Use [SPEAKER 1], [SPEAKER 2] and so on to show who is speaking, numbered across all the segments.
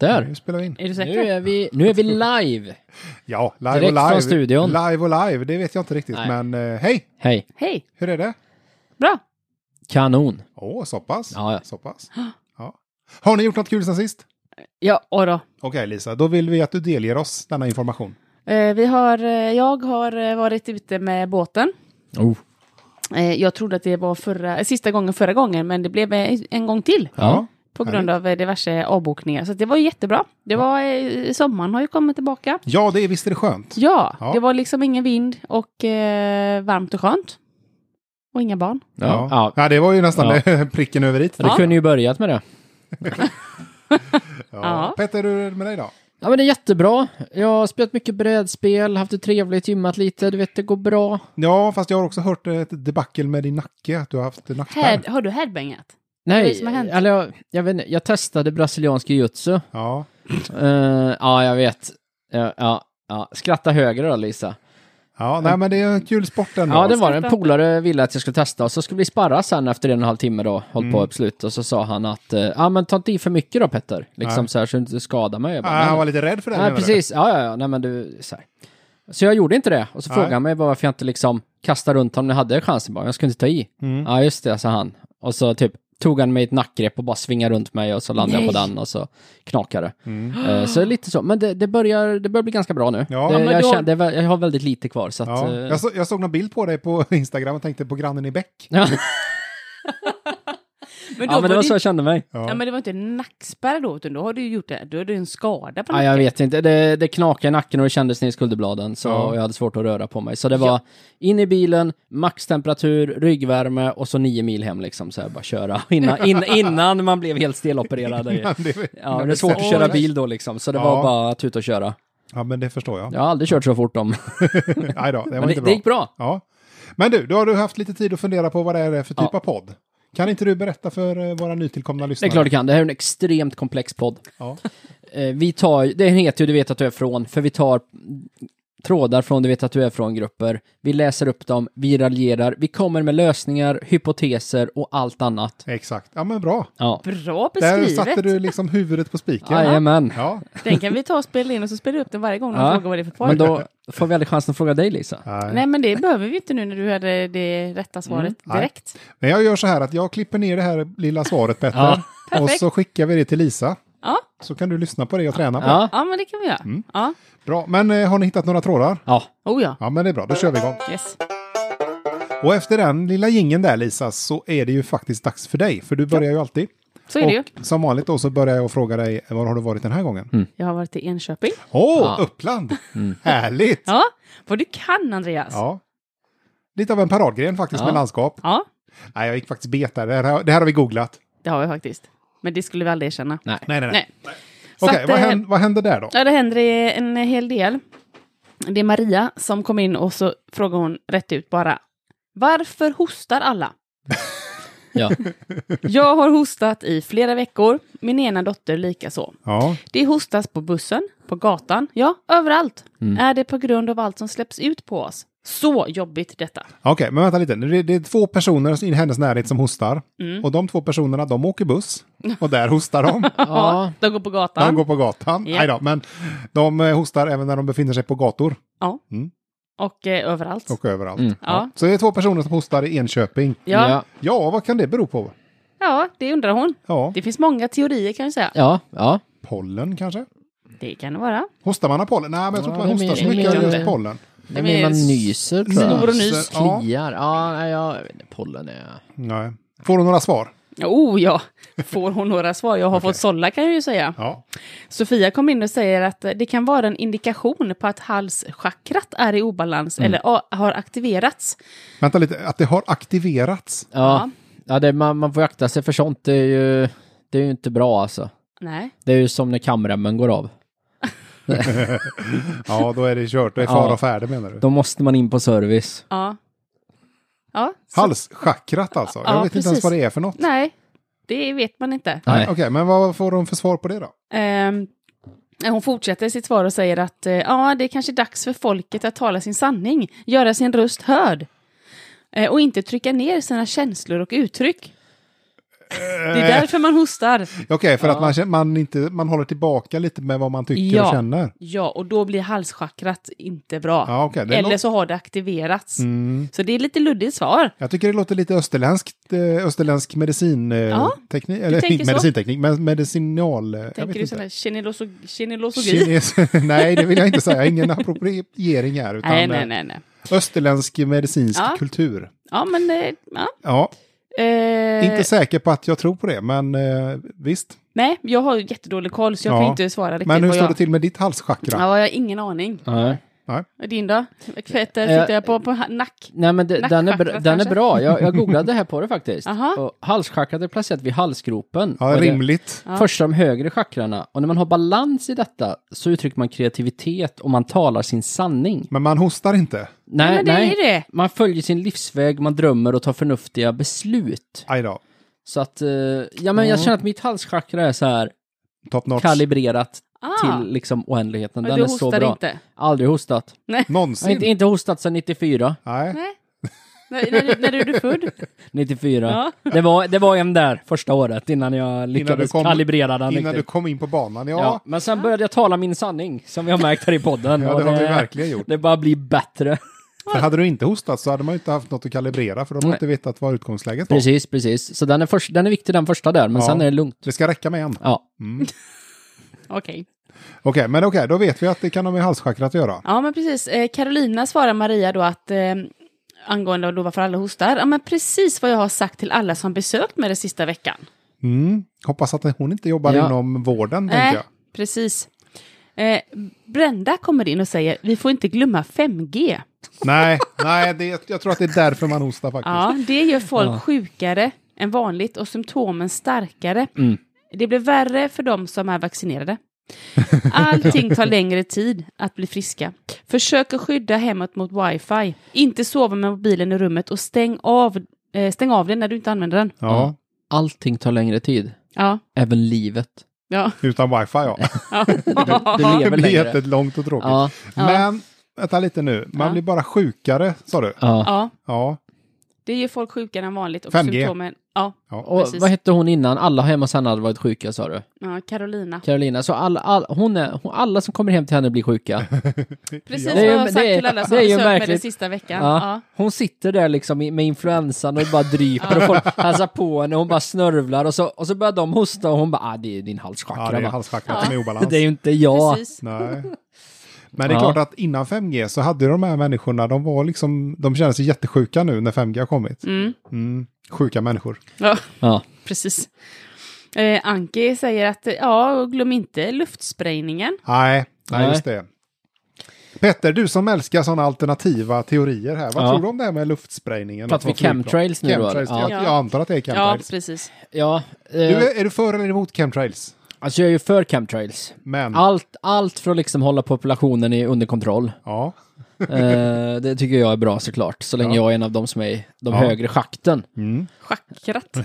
[SPEAKER 1] Där!
[SPEAKER 2] Mm.
[SPEAKER 3] Nu spelar vi in.
[SPEAKER 2] Är du
[SPEAKER 1] Nu
[SPEAKER 2] säker?
[SPEAKER 1] är vi, nu är vi live!
[SPEAKER 3] Ja, live
[SPEAKER 1] Direkt
[SPEAKER 3] och live.
[SPEAKER 1] från studion.
[SPEAKER 3] Live och live, det vet jag inte riktigt.
[SPEAKER 1] Nej.
[SPEAKER 3] Men eh, hej,
[SPEAKER 1] Hej!
[SPEAKER 2] Hej!
[SPEAKER 3] hur är det?
[SPEAKER 2] Bra!
[SPEAKER 1] Kanon!
[SPEAKER 3] Åh, så pass.
[SPEAKER 1] Ja, ja.
[SPEAKER 3] Så pass. Ja. Har ni gjort något kul sen sist?
[SPEAKER 2] Ja, och då.
[SPEAKER 3] Okej Lisa, då vill vi att du delger oss denna information.
[SPEAKER 2] Eh, vi har, eh, jag har eh, varit ute med båten.
[SPEAKER 1] Oh.
[SPEAKER 2] Eh, jag trodde att det var förra, eh, sista gången förra gången, men det blev eh, en gång till.
[SPEAKER 1] Ja.
[SPEAKER 2] På grund av eh, diverse avbokningar. Så att det var ju jättebra. Det var, eh, sommaren har ju kommit tillbaka.
[SPEAKER 3] Ja, det är, visst är det skönt?
[SPEAKER 2] Ja,
[SPEAKER 3] Ja.
[SPEAKER 2] det var liksom ingen vind och eh, varmt och skönt. Och inga barn.
[SPEAKER 1] Ja.
[SPEAKER 3] ja.
[SPEAKER 1] ja.
[SPEAKER 3] ja det var ju nästan
[SPEAKER 1] Ja.
[SPEAKER 3] pricken över i.
[SPEAKER 1] Det kunde ju börjat med det.
[SPEAKER 2] Ja.
[SPEAKER 3] Petter, hur är det med dig då?
[SPEAKER 1] Ja men det är jättebra. Jag har spelat mycket brädspel, haft det trevligt, gymmat lite, du vet det går bra.
[SPEAKER 3] Ja, fast jag har också hört ett debacle med din nacke, att du har haft nackspärr.
[SPEAKER 2] Här, har du headbangat? Vad är det
[SPEAKER 1] Nej,
[SPEAKER 2] som har hänt?
[SPEAKER 1] eller jag, jag vet inte, jag testade brasiliansk jujutsu.
[SPEAKER 3] Ja,
[SPEAKER 1] Eh, ja, jag vet. Ja, ja, ja. Skratta högre då Lisa.
[SPEAKER 3] ja nej, men det är en kul sport ändå.
[SPEAKER 1] Ja, det var det. en
[SPEAKER 2] skratta.
[SPEAKER 1] polare ville att jag skulle testa och så skulle vi sparra sen efter en och en halv timme då, håll på upp slut och så sa han att eh, ja men ta inte i för mycket då Petter, liksom
[SPEAKER 3] Nej.
[SPEAKER 1] så här så du inte skadar mig. Jag
[SPEAKER 3] Ja,
[SPEAKER 1] bara,
[SPEAKER 3] han
[SPEAKER 1] "Nej,
[SPEAKER 3] var lite rädd för det.
[SPEAKER 1] Nej,
[SPEAKER 3] menar du?
[SPEAKER 1] precis. Ja, ja, ja. Nej, men du, så, här. så jag gjorde inte det. Och så
[SPEAKER 3] Nej.
[SPEAKER 1] frågade han mig varför jag inte liksom kastade runt honom när jag hade chansen. Bara, jag skulle inte ta i.
[SPEAKER 3] Mm.
[SPEAKER 1] Ja, just det, sa han. Och så typ tog han mig i ett nackgrepp och bara svingade runt mig och så landade jag på
[SPEAKER 2] Nej.
[SPEAKER 1] den och så knakade det. Eh, så lite så. Men det, det, börjar, det börjar bli ganska bra nu.
[SPEAKER 3] Mm. Ja.
[SPEAKER 1] Det,
[SPEAKER 3] Ja,
[SPEAKER 2] men
[SPEAKER 1] jag,
[SPEAKER 2] då-
[SPEAKER 1] känner, det, var- jag har väldigt lite kvar. Så att,
[SPEAKER 3] Ja.
[SPEAKER 1] eh,
[SPEAKER 3] Jag, så, jag såg någon bild på dig på Instagram och tänkte på grannen i bäck.
[SPEAKER 1] ja,
[SPEAKER 2] Men, då
[SPEAKER 1] men det var så jag
[SPEAKER 2] det,
[SPEAKER 1] kände mig.
[SPEAKER 2] ja. men det var inte en nackspärr då, utan då har du ju gjort det. Då är det en skada på
[SPEAKER 1] Ja, jag vet inte. Det, det knakade i nacken och det kändes ner i skulderbladen. Så
[SPEAKER 3] Ja.
[SPEAKER 1] jag hade svårt att röra på mig. Så det var in i bilen, maxtemperatur, ryggvärme och så nio mil hem liksom. Så här, bara köra. Innan, in, innan man blev helt stelopererad.
[SPEAKER 3] det-
[SPEAKER 1] ja, det är svårt att köra bil då liksom. Så det
[SPEAKER 3] Ja.
[SPEAKER 1] var bara att ut och köra.
[SPEAKER 3] Ja, men det förstår jag.
[SPEAKER 1] Jag har aldrig kört så fort om.
[SPEAKER 3] Nej då, det var
[SPEAKER 1] Men det,
[SPEAKER 3] inte bra.
[SPEAKER 1] det gick bra.
[SPEAKER 3] Ja. Men du, då har du haft lite tid att fundera på vad det är för typ
[SPEAKER 1] Ja.
[SPEAKER 3] av podd. Kan inte du berätta för eh, våra nytillkomna
[SPEAKER 1] Det
[SPEAKER 3] lyssnare?
[SPEAKER 1] är klart det kan. Det här är en extremt komplex podd.
[SPEAKER 3] Ja.
[SPEAKER 1] Eh, vi tar, det heter ju Du vet att du är från, för vi tar trådar från Du vet att du är från-grupper. Vi läser upp dem, vi raljerar, vi kommer med lösningar, hypoteser och allt annat.
[SPEAKER 3] Exakt. Ja, men bra.
[SPEAKER 1] Ja.
[SPEAKER 2] Bra
[SPEAKER 3] Där satte
[SPEAKER 2] beskrivet!
[SPEAKER 3] du liksom huvudet på spiken.
[SPEAKER 1] Jajamän.
[SPEAKER 3] Ja.
[SPEAKER 2] Den kan vi ta och spela in och så spelar vi upp den varje gång någon
[SPEAKER 1] Ja.
[SPEAKER 2] frågar vad det är för porr.
[SPEAKER 1] Men då får vi aldrig chansen att fråga dig Lisa.
[SPEAKER 3] Nej.
[SPEAKER 2] Nej men det behöver vi inte nu när du hade det rätta svaret
[SPEAKER 3] Mm. Nej.
[SPEAKER 2] direkt.
[SPEAKER 3] Men jag gör så här att jag klipper ner det här lilla svaret Petter.
[SPEAKER 1] Ja.
[SPEAKER 3] Och
[SPEAKER 2] Perfekt.
[SPEAKER 3] så skickar vi det till Lisa.
[SPEAKER 2] Ja.
[SPEAKER 3] Så kan du lyssna på det och träna på
[SPEAKER 1] Ja.
[SPEAKER 2] Ja men det kan vi göra.
[SPEAKER 3] Mm.
[SPEAKER 2] Ja.
[SPEAKER 3] det. Bra. Men eh, har ni hittat några trådar?
[SPEAKER 1] Ja.
[SPEAKER 2] Oh ja.
[SPEAKER 3] Ja, men det är bra. Då kör vi igång.
[SPEAKER 2] Yes.
[SPEAKER 3] Och efter den lilla gingen där Lisa så är det ju faktiskt dags för dig. För du börjar ju alltid.
[SPEAKER 2] Så är det ju.
[SPEAKER 3] Och som vanligt då så börjar jag fråga dig var har du varit den här gången?
[SPEAKER 2] Jag har varit i Enköping.
[SPEAKER 3] Åh,
[SPEAKER 1] Ja.
[SPEAKER 3] Uppland! Härligt! Ja.
[SPEAKER 2] Mm. Ja. Vad du kan Andreas.
[SPEAKER 3] Lite av en paradgren faktiskt
[SPEAKER 1] Ja.
[SPEAKER 3] med landskap.
[SPEAKER 2] ja.
[SPEAKER 3] Nej, jag gick faktiskt bet där. Det här, det här har vi googlat.
[SPEAKER 2] Det har vi faktiskt. Men det skulle vi aldrig erkänna.
[SPEAKER 1] Nej.
[SPEAKER 3] Nej, nej, nej.
[SPEAKER 2] Nej. Så
[SPEAKER 3] Okej,
[SPEAKER 2] att,
[SPEAKER 3] vad,
[SPEAKER 2] eh,
[SPEAKER 3] hände, vad hände där då?
[SPEAKER 2] Ja, det händer en hel del. Det är Maria som kom in och så frågar hon rätt ut bara. Varför hostar alla?
[SPEAKER 1] Ja.
[SPEAKER 2] Jag har hostat i flera veckor, min ena dotter likaså.
[SPEAKER 3] Ja,
[SPEAKER 2] Det hostas på bussen, på gatan, ja, överallt. Är det på grund av allt som släpps ut på oss? Så jobbigt detta.
[SPEAKER 3] okej, men vänta lite. Det, det är två personer i hennes närhet som hostar.
[SPEAKER 2] Mm.
[SPEAKER 3] Och de två personerna, de åker buss. Och där hostar de.
[SPEAKER 1] Ja.
[SPEAKER 2] De går på gatan.
[SPEAKER 3] De går på gatan.
[SPEAKER 2] Ja.
[SPEAKER 3] Nej då, men de eh, hostar även när de befinner sig på gator
[SPEAKER 2] Ja.
[SPEAKER 3] Mm.
[SPEAKER 2] Och eh, överallt.
[SPEAKER 3] och överallt.
[SPEAKER 2] Ja.
[SPEAKER 3] Så det är två personer som hostar i Enköping.
[SPEAKER 2] Ja. ja.
[SPEAKER 1] Ja.
[SPEAKER 3] Ja, vad kan det bero på?
[SPEAKER 2] det undrar hon.
[SPEAKER 3] Ja,
[SPEAKER 2] Det finns många teorier kan jag säga.
[SPEAKER 1] Ja. ja.
[SPEAKER 3] pollen kanske?
[SPEAKER 2] Det kan det vara.
[SPEAKER 3] Hostar man av pollen? Nej, men jag tror
[SPEAKER 1] Ja,
[SPEAKER 3] inte man
[SPEAKER 1] det är
[SPEAKER 3] hostar så
[SPEAKER 1] mer-
[SPEAKER 3] mycket av
[SPEAKER 2] mer-
[SPEAKER 3] just pollen.
[SPEAKER 1] Nej,
[SPEAKER 2] men
[SPEAKER 1] men man nyser tror
[SPEAKER 2] Snor
[SPEAKER 1] jag.
[SPEAKER 2] och nys.
[SPEAKER 3] Ja.
[SPEAKER 1] Kliar. Ja, nej, jag vet inte. Pollen är...
[SPEAKER 3] Nej. Får du några svar?
[SPEAKER 2] Oh ja, får hon några svar? Jag har fått sålla kan jag ju säga.
[SPEAKER 3] Ja.
[SPEAKER 2] Sofia kom in och säger att eh, det kan vara en indikation på att halschakrat är i obalans eller ah, har aktiverats.
[SPEAKER 3] Vänta lite, att det har aktiverats?
[SPEAKER 1] Ja. Ja, det, man, man får ju akta sig för sånt. Det är ju, det är ju inte bra alltså.
[SPEAKER 2] Nej.
[SPEAKER 1] Det är ju som när kamremmen går av.
[SPEAKER 3] Ja, då är det kört. Då är fara
[SPEAKER 1] Ja.
[SPEAKER 3] och färde menar du?
[SPEAKER 1] Då måste man in på service.
[SPEAKER 2] Ja. Ja. så-
[SPEAKER 3] Halschakrat alltså? Jag
[SPEAKER 2] Ja,
[SPEAKER 3] vet inte ens
[SPEAKER 2] precis.
[SPEAKER 3] vad det är för något.
[SPEAKER 2] Nej, det vet man inte.
[SPEAKER 1] Nej.
[SPEAKER 3] Okej, men vad får de för svar på det då?
[SPEAKER 2] Ehm, hon fortsätter sitt svar och säger att eh, ja, det är kanske dags för folket att tala sin sanning, göra sin röst hörd eh, och inte trycka ner sina känslor och uttryck. Det är därför man hostar.
[SPEAKER 3] Okej, för
[SPEAKER 2] Ja.
[SPEAKER 3] att man, känner- man, inte, man håller tillbaka lite med vad man tycker
[SPEAKER 2] Ja.
[SPEAKER 3] och känner.
[SPEAKER 2] Ja, och då blir halschakrat inte bra.
[SPEAKER 3] Ja, okej. Det
[SPEAKER 2] Eller
[SPEAKER 3] låter-
[SPEAKER 2] så har det aktiverats.
[SPEAKER 3] Mm.
[SPEAKER 2] Så det är lite luddigt svar.
[SPEAKER 3] Jag tycker det låter lite österländsk, eh, österländsk medicinteknik,
[SPEAKER 2] Ja,
[SPEAKER 3] teknik, eller
[SPEAKER 2] tänker så.
[SPEAKER 3] medicinteknik, men medicinal... eh, Jag vet
[SPEAKER 2] Tänker du sån
[SPEAKER 3] inte.
[SPEAKER 2] här kineloso- kinelosogi?
[SPEAKER 3] Kines, nej, det vill jag inte säga. Ingen appropriering här, utan
[SPEAKER 2] nej, nej,
[SPEAKER 3] eh,
[SPEAKER 2] nej, nej.
[SPEAKER 3] österländsk medicinsk
[SPEAKER 2] Ja.
[SPEAKER 3] kultur.
[SPEAKER 2] Ja, men... eh, Ja.
[SPEAKER 3] Ja,
[SPEAKER 2] Eh,
[SPEAKER 3] inte säker på att jag tror på det, men eh, visst.
[SPEAKER 2] nej, jag har jättedålig koll så jag
[SPEAKER 3] Ja.
[SPEAKER 2] kan inte svara riktigt.
[SPEAKER 3] Men hur
[SPEAKER 2] vad
[SPEAKER 3] står
[SPEAKER 2] jag...
[SPEAKER 3] det till med ditt halschakra?
[SPEAKER 2] Ja, jag har ingen aning.
[SPEAKER 1] Nej.
[SPEAKER 2] Och Din då? Kvetter
[SPEAKER 1] Eh,
[SPEAKER 2] sitter jag på, på ha- nack.
[SPEAKER 1] Nej men det, den, är, bra-
[SPEAKER 2] Nackchakrat
[SPEAKER 1] den är
[SPEAKER 2] kanske?
[SPEAKER 1] bra, jag, jag googlade här på det faktiskt.
[SPEAKER 2] Aha.
[SPEAKER 1] Och halschakrat är placerat vid halsgropen.
[SPEAKER 3] Ja,
[SPEAKER 1] Och det-
[SPEAKER 3] rimligt.
[SPEAKER 2] Ja.
[SPEAKER 1] Först de högre chakrarna. Och när man har balans i detta så uttrycker man kreativitet och man talar sin sanning.
[SPEAKER 3] Men man hostar inte.
[SPEAKER 1] Nej,
[SPEAKER 2] men det är det.
[SPEAKER 1] Man följer sin livsväg, man drömmer och tar förnuftiga beslut.
[SPEAKER 3] Aj då.
[SPEAKER 1] Så att, eh, ja men jag
[SPEAKER 3] Ja.
[SPEAKER 1] känner att mitt halschakra är så här
[SPEAKER 3] Top notch.
[SPEAKER 1] kalibrerat
[SPEAKER 2] Ah,
[SPEAKER 1] till liksom oändligheten.
[SPEAKER 2] och
[SPEAKER 1] Den
[SPEAKER 2] du
[SPEAKER 1] är så
[SPEAKER 2] hostar
[SPEAKER 1] bra.
[SPEAKER 2] inte?
[SPEAKER 1] Aldrig hostat. Jag har
[SPEAKER 3] Någonsin.
[SPEAKER 1] inte, inte hostat sedan 94.
[SPEAKER 3] Nej.
[SPEAKER 2] när, när, du- när är du född?
[SPEAKER 1] 94.
[SPEAKER 2] Ja.
[SPEAKER 1] Det, var, det var en där första året innan jag lyckades
[SPEAKER 3] du kom-
[SPEAKER 1] kalibrera den
[SPEAKER 3] Innan du
[SPEAKER 1] riktigt.
[SPEAKER 3] kom in på banan, ja.
[SPEAKER 1] Ja,
[SPEAKER 3] ja.
[SPEAKER 1] men sen började jag tala min sanning, som vi har märkt här i podden.
[SPEAKER 3] Ja,
[SPEAKER 1] och
[SPEAKER 3] det har vi verkligen gjort.
[SPEAKER 1] Det bara blir bättre.
[SPEAKER 3] För hade du inte hostat så hade man ju inte haft något att kalibrera för de har
[SPEAKER 1] Nej.
[SPEAKER 3] inte vetat vad utgångsläget var.
[SPEAKER 1] Precis, precis. Så den är, först, den är viktig den första där, men
[SPEAKER 3] Ja.
[SPEAKER 1] sen är det lugnt.
[SPEAKER 3] Det ska räcka med en.
[SPEAKER 1] Ja.
[SPEAKER 2] Okej.
[SPEAKER 3] Okej, men okej, då vet vi att det kan ha med halschakrat att göra.
[SPEAKER 2] Ja, men precis. Eh, Carolina svarar Maria då att eh, angående då varför alla hostar. Ja, men precis vad jag har sagt till alla som besökt mig den sista veckan.
[SPEAKER 3] Mm. Hoppas att hon inte jobbar
[SPEAKER 1] Ja.
[SPEAKER 3] inom vården, tänker
[SPEAKER 2] Nej,
[SPEAKER 3] jag.
[SPEAKER 2] Eh, precis. Eh, Brenda kommer in och säger, vi får inte glömma 5G.
[SPEAKER 3] Nej, nej det, jag tror att det är därför man hostar faktiskt.
[SPEAKER 2] Ja, det gör folk
[SPEAKER 1] Ja.
[SPEAKER 2] sjukare än vanligt och symptomen starkare.
[SPEAKER 1] Mm.
[SPEAKER 2] Det blir värre för de som är vaccinerade. Allting tar längre tid att bli friska. Försök att skydda hemmet mot wifi. Inte sova med mobilen i rummet och stäng av, eh, stäng av den när du inte använder den.
[SPEAKER 3] Ja,
[SPEAKER 1] Allting tar längre tid,
[SPEAKER 2] Ja.
[SPEAKER 1] även livet.
[SPEAKER 2] Ja.
[SPEAKER 3] utan wifi ja.
[SPEAKER 2] ja.
[SPEAKER 1] Det
[SPEAKER 3] Det
[SPEAKER 1] lever
[SPEAKER 3] blir
[SPEAKER 1] längre.
[SPEAKER 3] jättelångt och tråkigt.
[SPEAKER 1] Ja,
[SPEAKER 3] Men, vänta lite nu, man
[SPEAKER 2] Ja.
[SPEAKER 3] blir bara sjukare, sa du?
[SPEAKER 1] ja.
[SPEAKER 2] ja.
[SPEAKER 3] Ja.
[SPEAKER 2] Det gör folk sjukare än vanligt och
[SPEAKER 3] 5G.
[SPEAKER 2] symptomen... Ja,
[SPEAKER 1] Och
[SPEAKER 2] precis.
[SPEAKER 1] vad hette hon innan? Alla hemma hos henne hade varit sjuka, sa du?
[SPEAKER 2] ja, Carolina.
[SPEAKER 1] Carolina, så alla, all, hon är, hon, alla som kommer hem till henne blir sjuka.
[SPEAKER 2] Precis
[SPEAKER 3] Ja.
[SPEAKER 1] Det
[SPEAKER 2] vad
[SPEAKER 1] är ju-
[SPEAKER 2] jag har sagt
[SPEAKER 1] det är-
[SPEAKER 2] till alla som
[SPEAKER 1] det är
[SPEAKER 2] har
[SPEAKER 1] ju
[SPEAKER 2] besökt mig den
[SPEAKER 1] märkligt.
[SPEAKER 2] sista veckan.
[SPEAKER 1] Ja.
[SPEAKER 2] Ja.
[SPEAKER 1] Hon sitter där liksom i- med influensan och bara dryper och folk hälsar på henne och hon bara snörvlar och så, och så börjar de hosta och hon bara ah, det är din
[SPEAKER 3] Ja,
[SPEAKER 1] halschakra
[SPEAKER 3] det är
[SPEAKER 1] va?"
[SPEAKER 3] halschakrat som är i obalans.
[SPEAKER 1] det är ju inte jag.
[SPEAKER 2] Precis.
[SPEAKER 3] Nej. Men det är
[SPEAKER 1] Ja.
[SPEAKER 3] klart att innan 5G så hade de här människorna, de var liksom, de kände sig jättesjuka nu när 5G har kommit.
[SPEAKER 2] Mm.
[SPEAKER 3] Mm. Sjuka människor.
[SPEAKER 2] Ja.
[SPEAKER 1] Ja.
[SPEAKER 2] Precis. Eh, Anki säger att eh, ja, och glöm inte luftsprängningen.
[SPEAKER 3] Nej, nej,
[SPEAKER 1] Nej.
[SPEAKER 3] just det. Petter, du som älskar sådana alternativa teorier här, vad
[SPEAKER 1] Ja.
[SPEAKER 3] tror du om det här med luftsprängningen?
[SPEAKER 1] Pratar
[SPEAKER 3] och
[SPEAKER 1] vi chemtrails nu då,
[SPEAKER 3] Chemtrails,
[SPEAKER 1] eller?
[SPEAKER 3] jag,
[SPEAKER 2] Ja.
[SPEAKER 3] jag antar att det är
[SPEAKER 2] Ja,
[SPEAKER 3] chemtrails.
[SPEAKER 2] precis.
[SPEAKER 1] Ja, eh,
[SPEAKER 3] du, är, är du för eller emot chemtrails?
[SPEAKER 1] alltså jag är ju för chemtrails.
[SPEAKER 3] Men,
[SPEAKER 1] Allt, allt för att liksom hålla populationen i under kontroll.
[SPEAKER 3] ja.
[SPEAKER 1] Eh, det tycker jag är bra såklart, så länge
[SPEAKER 3] Ja.
[SPEAKER 1] jag är en av de som är i de
[SPEAKER 3] Ja.
[SPEAKER 1] högre schakten.
[SPEAKER 3] Mm.
[SPEAKER 2] Schackrat.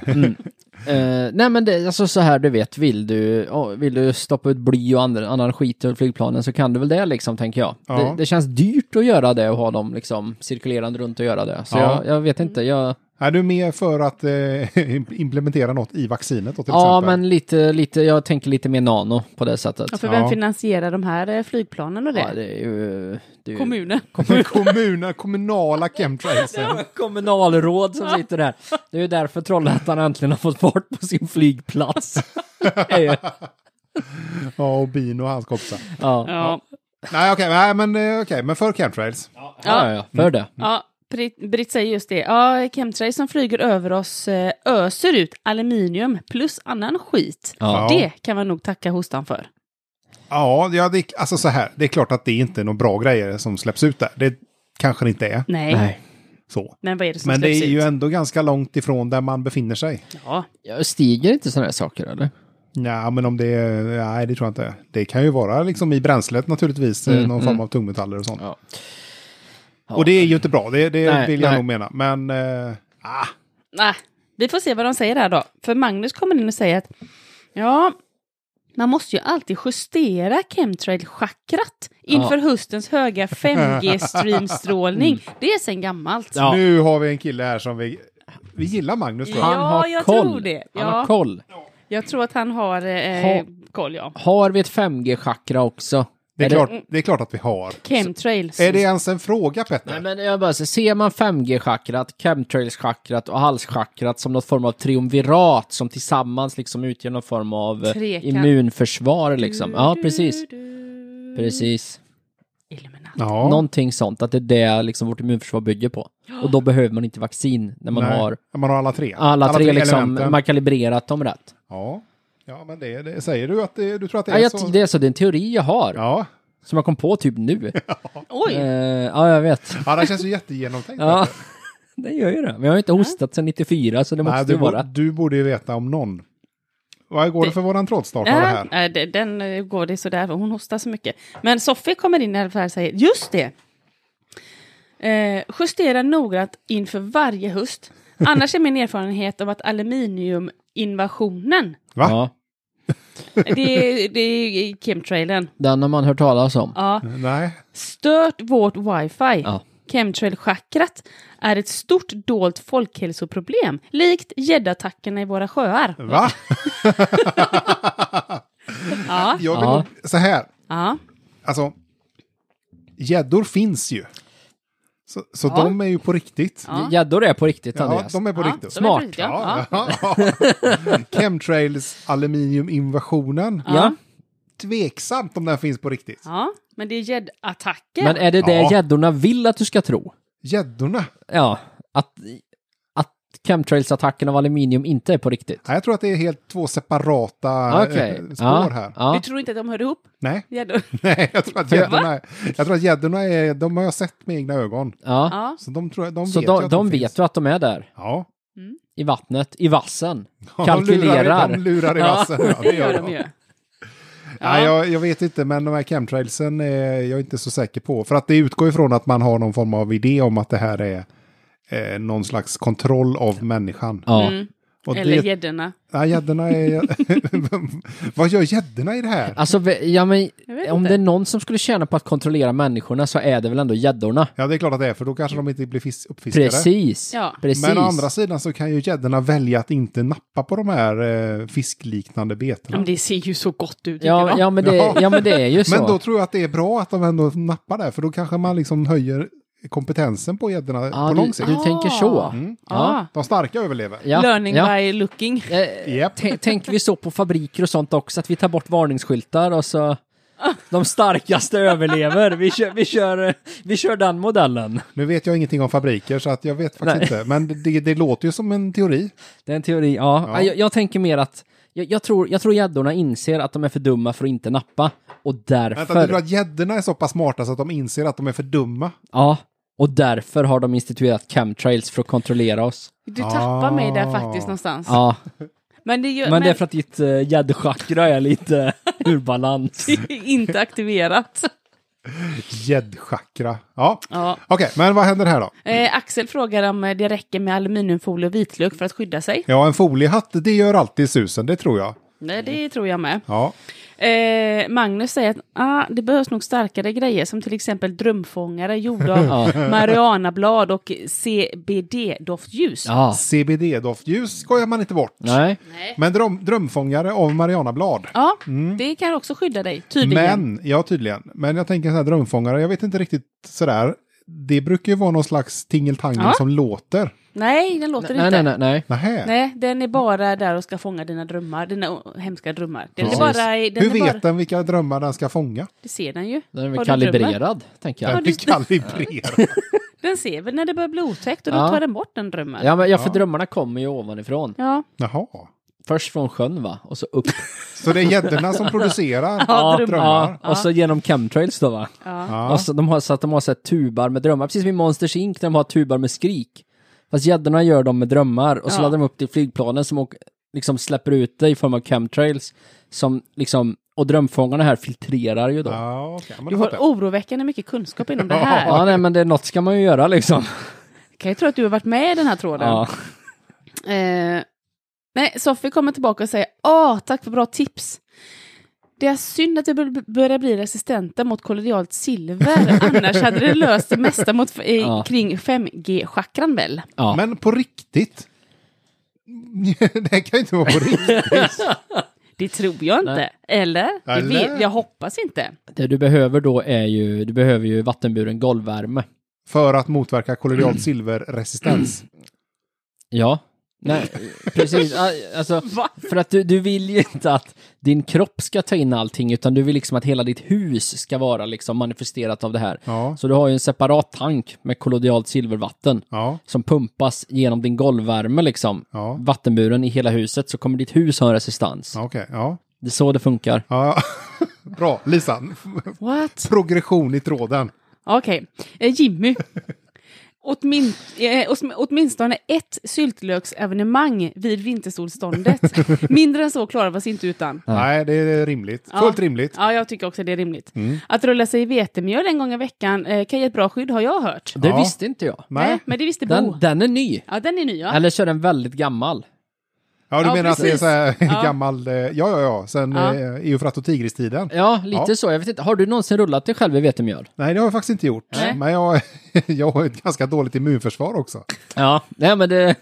[SPEAKER 1] Eh, nej men det, alltså så här du vet, vill du, ja, vill du stoppa ut bly och andra, annan skit ur flygplanen så kan du väl det liksom, tänker jag.
[SPEAKER 3] Ja.
[SPEAKER 1] Det, det känns dyrt att göra det och ha dem liksom cirkulerande runt och göra det. Så
[SPEAKER 3] Ja.
[SPEAKER 1] jag, jag vet inte, jag...
[SPEAKER 3] Är du mer för att eh, implementera något i vaccinet då, till
[SPEAKER 1] Ja
[SPEAKER 3] exempel?
[SPEAKER 1] men lite, lite, jag tänker lite mer nano på det sättet.
[SPEAKER 2] Ja, för
[SPEAKER 3] Ja.
[SPEAKER 2] vem finansierar de här eh, flygplanen och det?
[SPEAKER 1] Ja, det är ju... Det är ju
[SPEAKER 2] Kommunen.
[SPEAKER 3] Kommuner, kommunala chemtrailsen.
[SPEAKER 1] kommunalråd som sitter där. Det är ju därför Trollhättan äntligen har fått fart på sin flygplats. Det är ju-
[SPEAKER 3] Ja, och Bino och hans kompisar.
[SPEAKER 1] ja.
[SPEAKER 2] Ja.
[SPEAKER 3] Nej, okej, nej, men, eh, okej, men för chemtrails.
[SPEAKER 1] Ja, ja, ja, för det.
[SPEAKER 2] ja. Britt, Britt säger just det. Ja, chemtrails som flyger över oss eh, öser ut aluminium plus annan skit.
[SPEAKER 1] Ja.
[SPEAKER 2] Det kan man nog tacka hostan för.
[SPEAKER 3] Ja, ja det, alltså så här, det är klart att det inte är några bra grejer som släpps ut där. Det kanske det inte är
[SPEAKER 2] Nej,
[SPEAKER 3] så.
[SPEAKER 2] men vad är det som
[SPEAKER 3] Men det
[SPEAKER 2] släpps
[SPEAKER 3] är ju
[SPEAKER 2] ut?
[SPEAKER 3] ändå ganska långt ifrån där man befinner sig.
[SPEAKER 2] Ja.
[SPEAKER 1] Ja, Stiger inte sådana här saker eller?
[SPEAKER 3] Nej, men om det är- nej det tror jag inte. Det kan ju vara liksom i bränslet naturligtvis, eh,
[SPEAKER 1] Mm,
[SPEAKER 3] någon form
[SPEAKER 1] mm.
[SPEAKER 3] av tungmetaller och sånt.
[SPEAKER 1] Ja.
[SPEAKER 3] Och det är ju inte bra, det, det
[SPEAKER 1] Nej,
[SPEAKER 3] vill jag
[SPEAKER 1] nej.
[SPEAKER 3] nog mena. Men, eh, ah,
[SPEAKER 2] Nej, vi får se vad de säger här då. För Magnus kommer in och säger att ja, man måste ju alltid justera chemtrail-chakrat inför höstens höga 5G-streamstrålning. Det är sen gammalt.
[SPEAKER 1] Ja.
[SPEAKER 3] nu har vi en kille här som vi Vi gillar Magnus tror jag.
[SPEAKER 1] Han har
[SPEAKER 2] jag
[SPEAKER 1] koll.
[SPEAKER 2] tror det.
[SPEAKER 1] Han
[SPEAKER 2] Ja.
[SPEAKER 1] har koll.
[SPEAKER 2] Jag tror att han har eh,
[SPEAKER 1] Ha-
[SPEAKER 2] koll, ja.
[SPEAKER 1] Har vi ett 5G-chakra också?
[SPEAKER 3] Det
[SPEAKER 1] Är
[SPEAKER 3] är, klart, det är klart att vi har.
[SPEAKER 2] Chemtrails.
[SPEAKER 3] Är det ens en fråga Petter?
[SPEAKER 1] Nej, men jag bara säger, ser man 5G-chakrat, chemtrails-chakrat och halschakrat som någon form av triumvirat som tillsammans liksom utgör någon form av eh,
[SPEAKER 2] Trekant.
[SPEAKER 1] immunförsvar liksom. Ja, precis.
[SPEAKER 2] Du, du, du.
[SPEAKER 1] Precis.
[SPEAKER 2] Illuminati.
[SPEAKER 3] Ja.
[SPEAKER 1] Någonting sånt, att det är det liksom vårt immunförsvar bygger på. Och då behöver man inte vaccin när man
[SPEAKER 3] Nej.
[SPEAKER 1] har
[SPEAKER 3] man har alla tre.
[SPEAKER 1] alla, tre, liksom,
[SPEAKER 3] elementen.
[SPEAKER 1] man har kalibrerat dem rätt.
[SPEAKER 3] Ja. ja, men det, det säger du att det, du tror att det
[SPEAKER 1] Ja,
[SPEAKER 3] är
[SPEAKER 1] jag,
[SPEAKER 3] så?
[SPEAKER 1] Det är så, det är en teori jag har,
[SPEAKER 3] Ja.
[SPEAKER 1] som jag kom på typ nu.
[SPEAKER 2] Oj!
[SPEAKER 1] Eh, ja, jag vet.
[SPEAKER 3] ja, det känns ju jättegenomtänkt.
[SPEAKER 1] Ja, det gör ju det. Men jag har inte hostat sedan 94, så det måste
[SPEAKER 3] Nej, du,
[SPEAKER 1] ju
[SPEAKER 3] bo,
[SPEAKER 1] vara.
[SPEAKER 3] du borde ju veta om någon. Vad går det,
[SPEAKER 2] Det-
[SPEAKER 3] för våran trådstart av det
[SPEAKER 2] Nej,
[SPEAKER 3] här?
[SPEAKER 2] nej, det- den eh, går det sådär, för hon hostar så mycket. Men Sofie kommer in här och säger, just det! Eh, justera noggrant inför varje höst. Annars är min erfarenhet av att aluminiuminvasionen,
[SPEAKER 3] Va?
[SPEAKER 1] Ja,
[SPEAKER 2] det, är- det är chemtrailen,
[SPEAKER 1] den har man hört talas om.
[SPEAKER 2] ja,
[SPEAKER 3] Nej.
[SPEAKER 2] stört vårt wifi.
[SPEAKER 1] Ja.
[SPEAKER 2] Chemtrail-chakrat är ett stort dolt folkhälsoproblem, likt gäddattackerna i våra sjöar.
[SPEAKER 3] Va?
[SPEAKER 2] Ja,
[SPEAKER 3] Jag vill,
[SPEAKER 1] Ja.
[SPEAKER 3] nog- Så här,
[SPEAKER 2] ja.
[SPEAKER 3] alltså. Gäddor finns ju. Så, så
[SPEAKER 2] Ja.
[SPEAKER 3] de är ju på riktigt.
[SPEAKER 2] Ja.
[SPEAKER 1] Gäddor är på riktigt,
[SPEAKER 3] Ja,
[SPEAKER 1] Andreas.
[SPEAKER 3] de är på
[SPEAKER 2] ja,
[SPEAKER 3] riktigt.
[SPEAKER 2] de är på riktigt,
[SPEAKER 3] Ja,
[SPEAKER 2] Ja.
[SPEAKER 3] ja. Chemtrails aluminiuminvasionen.
[SPEAKER 1] Ja.
[SPEAKER 3] Tveksamt om den finns på riktigt.
[SPEAKER 2] ja, men det är gäddattacker.
[SPEAKER 1] Men är det det
[SPEAKER 3] Ja.
[SPEAKER 1] gäddorna vill att du ska tro?
[SPEAKER 3] Gäddorna.
[SPEAKER 1] Ja, att, att chemtrails-attacken av aluminium inte är på riktigt?
[SPEAKER 3] Nej, jag tror att det är helt två separata
[SPEAKER 1] Okej.
[SPEAKER 3] eh, spår
[SPEAKER 1] Ja,
[SPEAKER 3] här.
[SPEAKER 1] ja.
[SPEAKER 2] Du tror inte att de hör ihop?
[SPEAKER 3] Nej,
[SPEAKER 2] Gäddor?
[SPEAKER 3] nej, jag tror att gäddorna är- jag tror att gäddorna är, de har jag sett med egna ögon.
[SPEAKER 1] ja.
[SPEAKER 2] Ja.
[SPEAKER 3] Så de, tror, de
[SPEAKER 1] Så
[SPEAKER 3] vet ju
[SPEAKER 1] de,
[SPEAKER 3] att
[SPEAKER 1] de
[SPEAKER 3] finns.
[SPEAKER 1] vet ju att de är där,
[SPEAKER 3] Ja.
[SPEAKER 1] i vattnet, i vassen.
[SPEAKER 3] Ja,
[SPEAKER 1] Kalkylerar.
[SPEAKER 3] De lurar, i- de lurar i vassen. Ja,
[SPEAKER 2] Det gör de ju.
[SPEAKER 3] Nej, jag, jag vet inte, men de här chemtrailsen är jag inte så säker på. För att det utgår ifrån att man har någon form av idé om att det här är eh, någon slags kontroll av människan.
[SPEAKER 1] Ja.
[SPEAKER 3] Och
[SPEAKER 2] Eller
[SPEAKER 3] det-
[SPEAKER 2] gäddorna.
[SPEAKER 3] Nej, gäddorna är... Vad gör gäddorna i det här?
[SPEAKER 1] Alltså, vi- ja, men,
[SPEAKER 2] Jag vet
[SPEAKER 1] om
[SPEAKER 2] inte.
[SPEAKER 1] det är någon som skulle tjäna på att kontrollera människorna så är det väl ändå gäddorna?
[SPEAKER 3] Ja, det är klart att det är, för då kanske de inte blir fis- uppfiskade.
[SPEAKER 1] Precis.
[SPEAKER 2] Ja.
[SPEAKER 1] Precis.
[SPEAKER 3] Men å andra sidan så kan ju gäddorna välja att inte nappa på de här eh, fiskliknande
[SPEAKER 2] Ja,
[SPEAKER 3] betena.
[SPEAKER 2] men det ser ju så gott ut.
[SPEAKER 1] ja, ja, men det, ja, men det är ju så.
[SPEAKER 3] Men då tror jag att det är bra att de ändå nappar där, för då kanske man liksom höjer kompetensen på gäddorna
[SPEAKER 1] ja,
[SPEAKER 3] på
[SPEAKER 1] du,
[SPEAKER 3] lång sikt. Mm.
[SPEAKER 1] du tänker så.
[SPEAKER 2] Ja.
[SPEAKER 3] De starka överlever.
[SPEAKER 1] Ja,
[SPEAKER 2] Ah. Learning
[SPEAKER 1] ja.
[SPEAKER 2] by looking.
[SPEAKER 1] Eh,
[SPEAKER 3] Japp.
[SPEAKER 1] tän- Tänker vi så på fabriker och sånt också, att vi tar bort varningsskyltar och så de starkaste överlever. Vi kör, vi, kör, vi kör den modellen.
[SPEAKER 3] Nu vet jag ingenting om fabriker så att jag vet faktiskt
[SPEAKER 1] Nej.
[SPEAKER 3] inte. Men det, det låter ju som en teori.
[SPEAKER 1] Det är en teori, ja.
[SPEAKER 3] Ja.
[SPEAKER 1] Jag, jag tänker mer att jag, jag tror jag tror gäddorna inser att de är för dumma för att inte nappa. Och
[SPEAKER 3] Vänta, du
[SPEAKER 1] därför,
[SPEAKER 3] tror att gäddorna är så pass smarta så att de inser att de är för dumma?
[SPEAKER 1] ja, och därför har de instituerat chemtrails för att kontrollera oss.
[SPEAKER 2] Du tappar mig där
[SPEAKER 3] Ah.
[SPEAKER 2] faktiskt någonstans.
[SPEAKER 1] Ja,
[SPEAKER 2] Men det, gör,
[SPEAKER 1] men det är för att ditt eh, gäddchakra är lite ur balans.
[SPEAKER 2] inte aktiverat.
[SPEAKER 3] Gäddchakra. Ja.
[SPEAKER 2] Ja.
[SPEAKER 3] Okej, men vad händer här då?
[SPEAKER 2] Eh, Axel frågar om eh, det räcker med aluminiumfolie och vitlök för att skydda sig.
[SPEAKER 3] Ja, en foliehatt, det gör alltid susen, det tror jag.
[SPEAKER 2] Nej, det tror jag med.
[SPEAKER 3] Ja,
[SPEAKER 2] Eh, Magnus säger att ah, det behövs nog starkare grejer som till exempel drömfångare gjorda av marijuanablad och CBD-doftljus.
[SPEAKER 1] Ja,
[SPEAKER 3] CBD-doftljus skojar man inte bort.
[SPEAKER 1] nej.
[SPEAKER 3] Men dröm, drömfångare av marijuanablad.
[SPEAKER 2] Ja, det kan också skydda dig, tydligen.
[SPEAKER 3] Mm. Men, ja tydligen. Men jag tänker så här drömfångare, jag vet inte riktigt sådär. Det brukar ju vara någon slags tingeltangel
[SPEAKER 2] Ja.
[SPEAKER 3] som låter.
[SPEAKER 2] Nej, den låter
[SPEAKER 1] Nej,
[SPEAKER 2] inte.
[SPEAKER 1] nej, nej, nej.
[SPEAKER 3] Nähä.
[SPEAKER 2] Nej, den är bara där och ska fånga dina drömmar, dina hemska drömmar. Den
[SPEAKER 1] Precis.
[SPEAKER 2] är bara... i- Den
[SPEAKER 3] Hur
[SPEAKER 2] är bara,
[SPEAKER 3] vet den vilka drömmar den ska fånga?
[SPEAKER 2] Det ser den ju.
[SPEAKER 1] Den är
[SPEAKER 2] Har
[SPEAKER 1] väl
[SPEAKER 2] du drömmar?
[SPEAKER 1] kalibrerad, tänker jag.
[SPEAKER 3] Den är kalibrerad.
[SPEAKER 2] Den ser väl när det börjar bli otäckt och
[SPEAKER 1] Ja.
[SPEAKER 2] då tar den bort den drömmen. Ja.
[SPEAKER 1] Ja, men ja, för drömmarna kommer ju ovanifrån.
[SPEAKER 3] Jaha.
[SPEAKER 1] Först från sjön, va? Och så upp.
[SPEAKER 3] Så det är gäddorna som producerar
[SPEAKER 2] Ja,
[SPEAKER 3] drömmar?
[SPEAKER 1] Och så genom chemtrails då, va?
[SPEAKER 3] Ja.
[SPEAKER 1] Och så, de har, så att de har så här, tubar med drömmar, precis som i Monsters Inc. där de har tubar med skrik. Fast gäddorna gör dem med drömmar och så
[SPEAKER 2] Ja.
[SPEAKER 1] laddar de upp till flygplanen som åker, liksom släpper ut det i form av chemtrails. Som liksom, och drömfångarna här filtrerar ju då. Ja,
[SPEAKER 3] Ja, okej. Men
[SPEAKER 2] Du
[SPEAKER 3] då
[SPEAKER 2] har
[SPEAKER 3] fattar jag.
[SPEAKER 2] oroväckande mycket kunskap inom det här.
[SPEAKER 1] nej, men det, något ska man ju göra liksom.
[SPEAKER 2] Kan jag tro att du har varit med i den här tråden.
[SPEAKER 1] Ja.
[SPEAKER 2] "Ah, Eh, nej, Sofie kommer tillbaka och säger Åh, tack för bra tips. Det är synd att det bör- börjar bli resistenta mot kollodialt silver, annars hade det löst det mesta mot, eh,
[SPEAKER 1] Ja.
[SPEAKER 2] kring 5G-chakran väl?
[SPEAKER 1] Ja.
[SPEAKER 3] Men på riktigt? det här kan ju inte vara på riktigt.
[SPEAKER 2] Det tror jag inte.
[SPEAKER 1] Nej.
[SPEAKER 2] Eller? Det
[SPEAKER 3] Eller?
[SPEAKER 2] vet, jag hoppas inte.
[SPEAKER 1] Det du behöver då är ju, du behöver ju vattenburen golvvärme.
[SPEAKER 3] För att motverka kollodialt silverresistens.
[SPEAKER 1] Ja. Nej, precis. Ah, Alltså, för att du, du vill ju inte att din kropp ska ta in allting, utan du vill liksom att hela ditt hus ska vara liksom manifesterat av det här.
[SPEAKER 3] Ja,
[SPEAKER 1] Så du har ju en separat tank med kollodialt silvervatten
[SPEAKER 3] ja,
[SPEAKER 1] som pumpas genom din golvvärme liksom.
[SPEAKER 3] Ja.
[SPEAKER 1] Vattenburen i hela huset, så kommer ditt hus ha en resistans.
[SPEAKER 3] ja, okej. Ja,
[SPEAKER 1] Det är så det funkar.
[SPEAKER 3] ja. Bra, Lisa.
[SPEAKER 2] What?
[SPEAKER 3] Progression i tråden.
[SPEAKER 2] Okej. Eh, Jimmy. Åtmin eh, åtm- åtminstone ett syltlöksevenemang vid vintersolståndet. Mindre än så klarar vi oss inte utan.
[SPEAKER 3] Nej, det är rimligt.
[SPEAKER 2] Ja.
[SPEAKER 3] Fullt rimligt.
[SPEAKER 2] Ja, jag tycker också det är rimligt. Att rulla sig i vetemjöl en gång i veckan eh, kan ge ett bra skydd, har jag hört.
[SPEAKER 1] Det
[SPEAKER 3] Ja.
[SPEAKER 1] visste inte jag.
[SPEAKER 3] Nej.
[SPEAKER 2] men det visste Bo.
[SPEAKER 1] Den, den är ny.
[SPEAKER 2] Ja, den är ny, ja.
[SPEAKER 1] Eller så är den väldigt gammal.
[SPEAKER 3] Ja, du
[SPEAKER 2] Ja,
[SPEAKER 3] menar
[SPEAKER 2] precis.
[SPEAKER 3] att det är så här
[SPEAKER 2] Ja.
[SPEAKER 3] gammal... eh, Ja, ja, ja. Sen
[SPEAKER 2] Ja.
[SPEAKER 3] ja. Eufrat och tigristiden.
[SPEAKER 1] Ja, lite
[SPEAKER 3] Ja.
[SPEAKER 1] så. Jag vet inte. Har du någonsin rullat dig själv i vetemjöl?
[SPEAKER 3] Nej, det har jag faktiskt inte gjort.
[SPEAKER 2] Nej.
[SPEAKER 3] Men jag, jag har ett ganska dåligt immunförsvar också.
[SPEAKER 1] Ja, nej men det...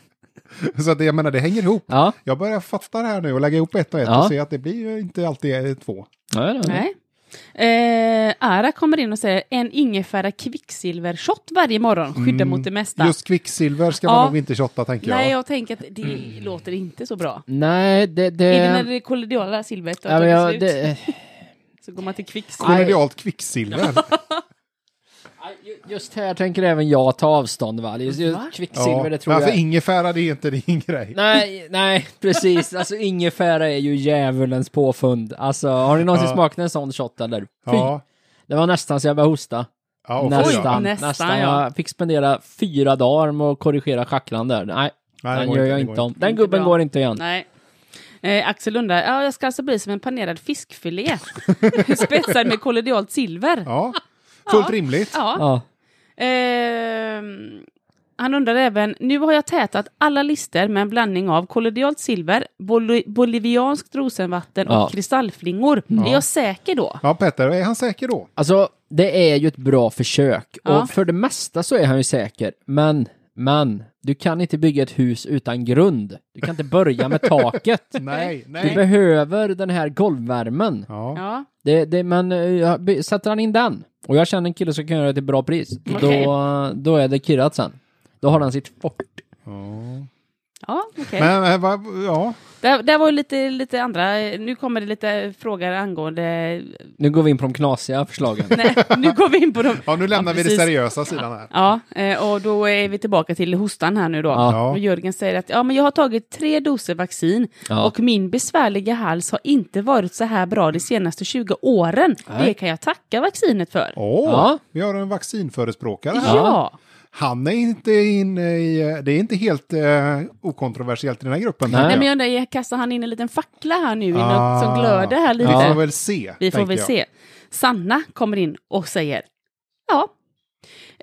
[SPEAKER 3] Så att det, jag menar, det hänger ihop.
[SPEAKER 1] Ja.
[SPEAKER 3] Jag börjar fatta det här nu och lägga ihop ett och ett
[SPEAKER 1] Ja.
[SPEAKER 3] och se att det blir ju inte alltid eh, två.
[SPEAKER 1] ja, ja.
[SPEAKER 2] Nej. Eh, Ara kommer in och säger en ingefära kvicksilvershot varje morgon skyddar mot det mesta.
[SPEAKER 3] Just kvicksilver ska
[SPEAKER 2] Ja.
[SPEAKER 3] man nog inte shotta, tänker
[SPEAKER 2] Nej,
[SPEAKER 3] jag.
[SPEAKER 2] jag tänker att det låter inte så bra.
[SPEAKER 1] Nej, det... det...
[SPEAKER 2] Är det när det kollodiala silvret har
[SPEAKER 1] Eh. ja, men
[SPEAKER 2] tagit
[SPEAKER 1] jag,
[SPEAKER 2] slut?
[SPEAKER 1] det...
[SPEAKER 2] Så går man till kvicksilver.
[SPEAKER 3] Kollodialt kvicksilver.
[SPEAKER 1] Ju- Just här tänker även jag ta avstånd va? Just, just
[SPEAKER 2] Va?
[SPEAKER 1] kvicksilver, det tror
[SPEAKER 3] men för
[SPEAKER 1] jag.
[SPEAKER 3] ingefära, det är inte din grej.
[SPEAKER 1] Nej, nej, precis. Alltså ingefära är ju djävulens påfund. Alltså, har ni någonsin
[SPEAKER 3] Ja.
[SPEAKER 1] smakat en sån shot eller? Fy!
[SPEAKER 3] Ja.
[SPEAKER 1] Det var nästan så jag började hosta.
[SPEAKER 3] Ja, och
[SPEAKER 2] Oj,
[SPEAKER 1] nästan,
[SPEAKER 2] nästan,
[SPEAKER 1] nästan.
[SPEAKER 2] ja.
[SPEAKER 1] Jag fick spendera fyra dagar med att korrigera chakran där. Nej,
[SPEAKER 3] Nej, det
[SPEAKER 1] den
[SPEAKER 3] går
[SPEAKER 1] gör
[SPEAKER 3] inte,
[SPEAKER 1] jag
[SPEAKER 3] det
[SPEAKER 1] inte
[SPEAKER 3] går
[SPEAKER 1] om. Den
[SPEAKER 2] Inte
[SPEAKER 1] gubben
[SPEAKER 2] bra.
[SPEAKER 1] går inte igen.
[SPEAKER 2] Nej. Eh, Axel undrar, ja, jag ska alltså bli som en panerad fiskfilé. Spetsad med kollodialt silver. Ja.
[SPEAKER 3] Ja, fullt rimligt.
[SPEAKER 1] Ja.
[SPEAKER 2] Ehm, han undrar även, nu har jag tätat alla lister med en blandning av kollodialt silver, bol- bolivianskt rosenvatten och
[SPEAKER 1] Ja.
[SPEAKER 2] kristallflingor. Är jag säker då?
[SPEAKER 3] Ja, Petter, är han säker då?
[SPEAKER 1] Alltså, det är ju ett bra försök.
[SPEAKER 2] Ja.
[SPEAKER 1] Och för det mesta så är han ju säker. Men, men, du kan inte bygga ett hus utan grund. Du kan inte börja med taket.
[SPEAKER 3] Nej,
[SPEAKER 1] Du
[SPEAKER 3] nej.
[SPEAKER 1] behöver den här golvvärmen.
[SPEAKER 3] Ja.
[SPEAKER 2] Ja.
[SPEAKER 1] Det, det, men eh, jag by- sätter han in den, och jag känner en kille som kan göra det till bra pris,
[SPEAKER 2] Okej.
[SPEAKER 1] då, då är det kirrat sen. Då har han sitt fort.
[SPEAKER 2] Ja, okej.
[SPEAKER 3] Men, eh, vad- ja.
[SPEAKER 2] Där, där var ju lite, lite andra, nu kommer det lite frågor angående...
[SPEAKER 1] Nu går vi in på de knasiga förslagen.
[SPEAKER 2] Nej, nu går vi in på dem.
[SPEAKER 3] ja, nu lämnar
[SPEAKER 2] Ja,
[SPEAKER 3] vi det
[SPEAKER 2] precis.
[SPEAKER 3] seriösa sidan här.
[SPEAKER 2] Ja, eh, och då är vi tillbaka till hostan här nu då.
[SPEAKER 1] Ja.
[SPEAKER 2] Och Jörgen säger att ja, men jag har tagit tre doser vaccin
[SPEAKER 1] Ja.
[SPEAKER 2] och min besvärliga hals har inte varit så här bra de senaste 20 åren. Det kan jag tacka vaccinet för.
[SPEAKER 3] Åh,
[SPEAKER 1] Ja.
[SPEAKER 3] vi har en vaccinförespråkare här.
[SPEAKER 2] Ja,
[SPEAKER 3] Han är inte inne i... Det är inte helt eh, okontroversiellt i den här gruppen.
[SPEAKER 1] Nej.
[SPEAKER 3] tänker
[SPEAKER 2] Nej, men
[SPEAKER 3] jag.
[SPEAKER 2] jag undrar, kastar han in en liten fackla här nu i
[SPEAKER 3] Ah.
[SPEAKER 2] något som glöder här lite?
[SPEAKER 3] Vi får väl se.
[SPEAKER 2] Vi får
[SPEAKER 3] tänker
[SPEAKER 2] väl
[SPEAKER 3] jag.
[SPEAKER 2] se. Sanna kommer in och säger ja.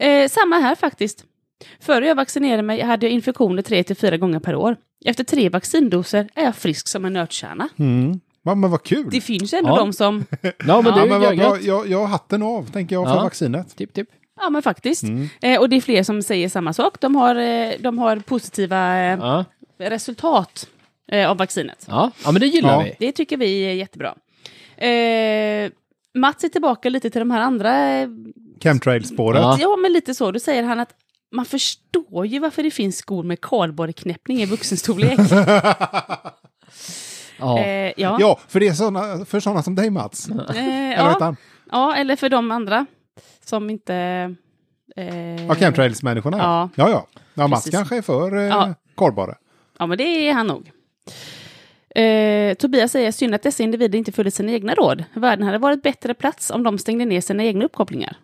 [SPEAKER 2] Eh, samma här faktiskt. Före jag vaccinerade mig hade jag infektioner tre till fyra gånger per år. Efter tre vaccindoser är jag frisk som en nötkärna.
[SPEAKER 3] Mm. Va, men vad kul.
[SPEAKER 2] Det finns ju ändå
[SPEAKER 1] Ja.
[SPEAKER 2] de som...
[SPEAKER 1] Ja, men
[SPEAKER 3] ja,
[SPEAKER 1] du,
[SPEAKER 3] men vad bra.
[SPEAKER 1] jag,
[SPEAKER 3] Jag, jag har hatten av, tänker jag, för
[SPEAKER 1] Ja.
[SPEAKER 3] vaccinet.
[SPEAKER 1] Tipp, tipp.
[SPEAKER 2] Ja, men faktiskt.
[SPEAKER 3] Mm.
[SPEAKER 2] Eh, och det är fler som säger samma sak. De har, eh, de har positiva eh,
[SPEAKER 1] Ja.
[SPEAKER 2] resultat eh, av vaccinet.
[SPEAKER 1] Ja. ja, men det gillar
[SPEAKER 3] Ja.
[SPEAKER 1] vi.
[SPEAKER 2] Det tycker vi är jättebra. Eh, Mats är tillbaka lite till de här andra eh,
[SPEAKER 3] Chemtrail-spåret.
[SPEAKER 1] Ja.
[SPEAKER 2] Ja, men lite så. Då säger han att man förstår ju varför det finns skor med kardborreknäppning i vuxenstorlek.
[SPEAKER 1] Ja.
[SPEAKER 2] Eh, ja.
[SPEAKER 3] Ja, för det är såna, för sådana som dig, Mats.
[SPEAKER 2] Eh,
[SPEAKER 3] Eller vad heter
[SPEAKER 2] ja.
[SPEAKER 3] han?
[SPEAKER 2] ja, eller för de andra som inte... Eh,
[SPEAKER 3] Ja, chemtrails-människorna.
[SPEAKER 2] Ja.
[SPEAKER 3] Ja, ja. ja. Mats
[SPEAKER 2] Precis.
[SPEAKER 3] kanske är för eh,
[SPEAKER 2] Ja.
[SPEAKER 3] korvbara.
[SPEAKER 2] ja, men det är han nog. Eh, Tobias säger synd att dessa individer inte följde sina egna råd. Världen hade varit bättre plats om de stängde ner sina egna uppkopplingar.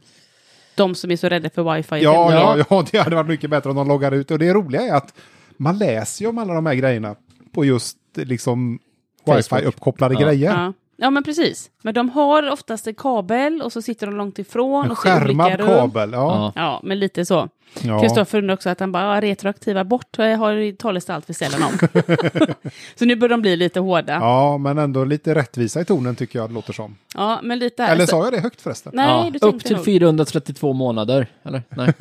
[SPEAKER 2] De som är så rädda för wifi. och
[SPEAKER 3] Ja,
[SPEAKER 2] hemligheter.
[SPEAKER 3] ja, ja, det hade varit mycket bättre om de loggar ut. Och det roliga är att man läser ju om alla de här grejerna på just eh, liksom
[SPEAKER 1] Facebook.
[SPEAKER 3] wifi-uppkopplade grejer.
[SPEAKER 2] Ja. Ja men precis. Men de har oftast en kabel och så sitter de långt ifrån.
[SPEAKER 3] En
[SPEAKER 2] och så i olika
[SPEAKER 3] skärmad
[SPEAKER 2] rum.
[SPEAKER 3] kabel. Ja.
[SPEAKER 1] Ja.
[SPEAKER 2] Ja, men lite så.
[SPEAKER 3] Ja.
[SPEAKER 2] Kristoffer undrar också att han bara, ja, retroaktiva bort eh, har talas det allt för sällan om. så nu börjar de bli lite hårda. Ja,
[SPEAKER 3] ja, men ändå lite rättvisa i tonen tycker jag det låter som.
[SPEAKER 2] men lite här.
[SPEAKER 3] Eller
[SPEAKER 2] så.
[SPEAKER 3] sa jag det högt förresten?
[SPEAKER 2] alltså- Nej, du
[SPEAKER 1] ja. Upp
[SPEAKER 2] tänkte
[SPEAKER 1] till
[SPEAKER 2] nog.
[SPEAKER 1] 432 månader, eller? Nej.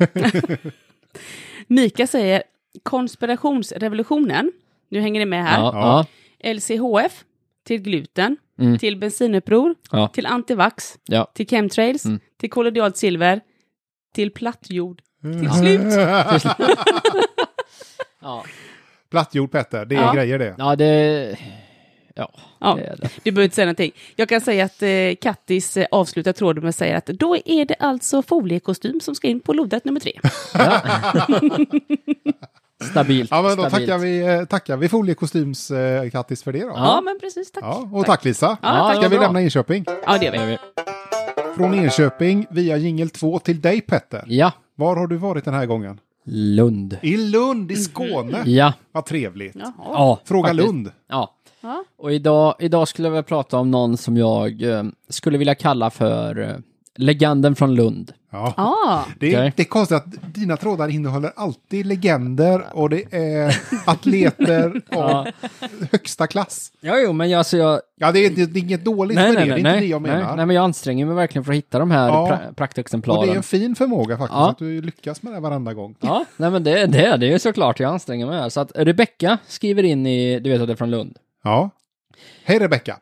[SPEAKER 2] Mika säger konspirationsrevolutionen, nu hänger ni med här,
[SPEAKER 1] Ja, ja.
[SPEAKER 2] LCHF, till gluten,
[SPEAKER 1] Mm.
[SPEAKER 2] till bensinuppror,
[SPEAKER 1] Ja.
[SPEAKER 2] till antivax,
[SPEAKER 1] Ja.
[SPEAKER 2] till chemtrails,
[SPEAKER 1] Mm.
[SPEAKER 2] till kollodialt silver, till plattjord. Till slut.
[SPEAKER 1] Ja.
[SPEAKER 3] Plattjord Petter, det är
[SPEAKER 2] Ja.
[SPEAKER 3] grejer det.
[SPEAKER 1] ja, det... Ja,
[SPEAKER 2] Ja.
[SPEAKER 1] det är det.
[SPEAKER 2] Du behöver inte säga någonting. Jag kan säga att eh, Kattis eh, avslutar tråden med att säga att då är det alltså foliekostym som ska in på lodet nummer tre.
[SPEAKER 1] Stabilt.
[SPEAKER 3] Ja, men då
[SPEAKER 1] stabilt.
[SPEAKER 3] tackar vi, eh, tackar vi Foliekostyms eh, Kattis för det då.
[SPEAKER 1] Ja.
[SPEAKER 2] Ja, men precis. Tack.
[SPEAKER 3] Ja, och tack Lisa.
[SPEAKER 2] Ja,
[SPEAKER 1] Ja,
[SPEAKER 2] tack.
[SPEAKER 3] Ska
[SPEAKER 1] det
[SPEAKER 3] vi
[SPEAKER 1] var bra.
[SPEAKER 3] lämna Enköping?
[SPEAKER 2] Ja, det gör
[SPEAKER 1] Det
[SPEAKER 2] vi.
[SPEAKER 1] gör vi.
[SPEAKER 3] Från Enköping via jingel 2 till dig Petter.
[SPEAKER 1] Ja,
[SPEAKER 3] Var har du varit den här gången?
[SPEAKER 1] Lund.
[SPEAKER 3] I Lund i Skåne.
[SPEAKER 1] Ja.
[SPEAKER 3] Vad trevligt.
[SPEAKER 2] Jaha.
[SPEAKER 1] Mm-hmm. ja
[SPEAKER 3] Fråga
[SPEAKER 1] faktiskt.
[SPEAKER 3] Lund.
[SPEAKER 1] Ja.
[SPEAKER 2] Ja.
[SPEAKER 1] Och idag, idag skulle jag vilja prata om någon som jag eh, skulle vilja kalla för eh, legenden från Lund.
[SPEAKER 3] Ja.
[SPEAKER 2] Ja.
[SPEAKER 3] Det, är,
[SPEAKER 1] Okej.
[SPEAKER 3] det är konstigt att dina trådar innehåller alltid legender och det är atleter av högsta klass.
[SPEAKER 1] Ja, jo, men jag, alltså jag...
[SPEAKER 3] Ja, det är, det är inget dåligt
[SPEAKER 1] Nej,
[SPEAKER 3] med
[SPEAKER 1] nej, nej,
[SPEAKER 3] det, det är inte
[SPEAKER 1] nej,
[SPEAKER 3] det jag menar.
[SPEAKER 1] nej, nej, men jag anstränger mig verkligen för att hitta de här
[SPEAKER 3] Ja.
[SPEAKER 1] pra-
[SPEAKER 3] och
[SPEAKER 1] praktexemplaren.
[SPEAKER 3] det är en fin förmåga faktiskt,
[SPEAKER 1] Ja.
[SPEAKER 3] att du lyckas med det varenda gång.
[SPEAKER 1] Ja, nej men det, det, det är ju såklart jag anstränger mig här. Så att Rebecka skriver in i, du vet att det är från Lund.
[SPEAKER 3] Ja. Hej Rebecka.